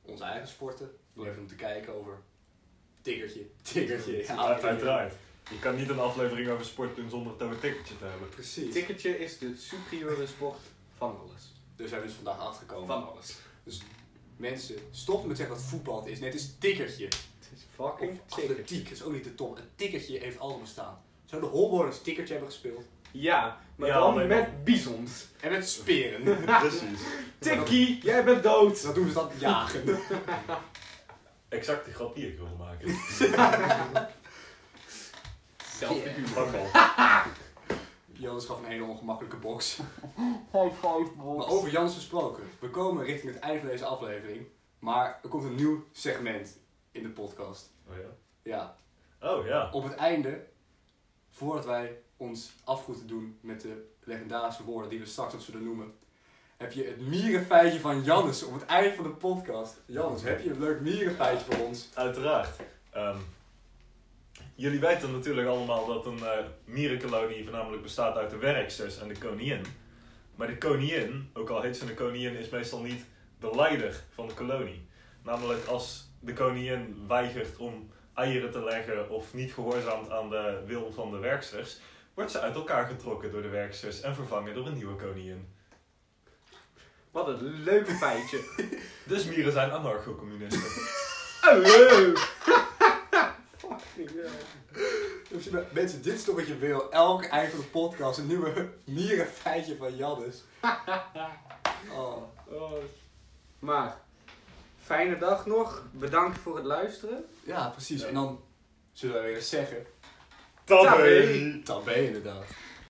Speaker 1: onze eigen sporten. Door even om te kijken over tikkertje, tikkertje.
Speaker 3: Ja,
Speaker 1: ja,
Speaker 3: Uiteraard. Je kan niet een aflevering over sport doen zonder het over een tikkertje te hebben.
Speaker 1: Precies.
Speaker 2: Ticketje is de superieure sport van alles.
Speaker 1: Daar zijn we dus vandaag achtergekomen.
Speaker 2: Van alles.
Speaker 1: Dus mensen, stop met zeggen dat voetbal het is. Net is tikkertje.
Speaker 2: Het is fucking
Speaker 1: Of
Speaker 2: ticketje.
Speaker 1: atletiek, dat is ook niet de top. Een tikkertje heeft altijd bestaan. Zou de Holborn een tikkertje hebben gespeeld?
Speaker 2: Ja, maar
Speaker 3: Ja,
Speaker 2: dan
Speaker 3: alleen
Speaker 2: met bisons.
Speaker 1: En met speren.
Speaker 3: Precies.
Speaker 2: Tikkie, jij bent dood.
Speaker 1: Dat doen ze dan jagen.
Speaker 3: Exact die grap die ik wil maken.
Speaker 2: Zelfde
Speaker 1: Yeah.
Speaker 3: Fuck
Speaker 1: Jonas gaf een hele ongemakkelijke box.
Speaker 2: High five,
Speaker 1: Maar over Jans gesproken. We komen richting het einde van deze aflevering. Maar er komt een nieuw segment in de podcast.
Speaker 3: Oh ja.
Speaker 1: Ja,
Speaker 3: Oh ja.
Speaker 1: op het einde, voordat wij ons afgoed doen met de legendarische woorden die we straks nog zullen noemen, heb je het mierenfeitje van Jannes op het eind van de podcast. Jannes, heb je een leuk mierenfeitje voor ons?
Speaker 3: Uiteraard. Ehm, jullie weten natuurlijk allemaal dat een eh, mierenkolonie voornamelijk bestaat uit de werksters en de koningin. Maar de koningin, ook al heet ze een koningin, is meestal niet de leider van de kolonie. Namelijk als de koningin weigert om eieren te leggen of niet gehoorzaamt aan de wil van de werksters, wordt ze uit elkaar getrokken door de werksters en vervangen door een nieuwe koningin.
Speaker 2: Wat een leuk feitje.
Speaker 3: Dus mieren zijn anarcho-communisten.
Speaker 2: Oh, leuk. Fucking hell.
Speaker 1: Dus Mensen, dit is toch wat je wil. Elk eind van de podcast, een nieuwe mierenfeitje van Jannes. Oh.
Speaker 2: Oh. Maar, fijne dag nog. Bedankt voor het luisteren.
Speaker 1: Ja, precies.
Speaker 3: Ja.
Speaker 1: En dan zullen wij weer eens zeggen,
Speaker 3: Tabé!
Speaker 1: dan ben je inderdaad.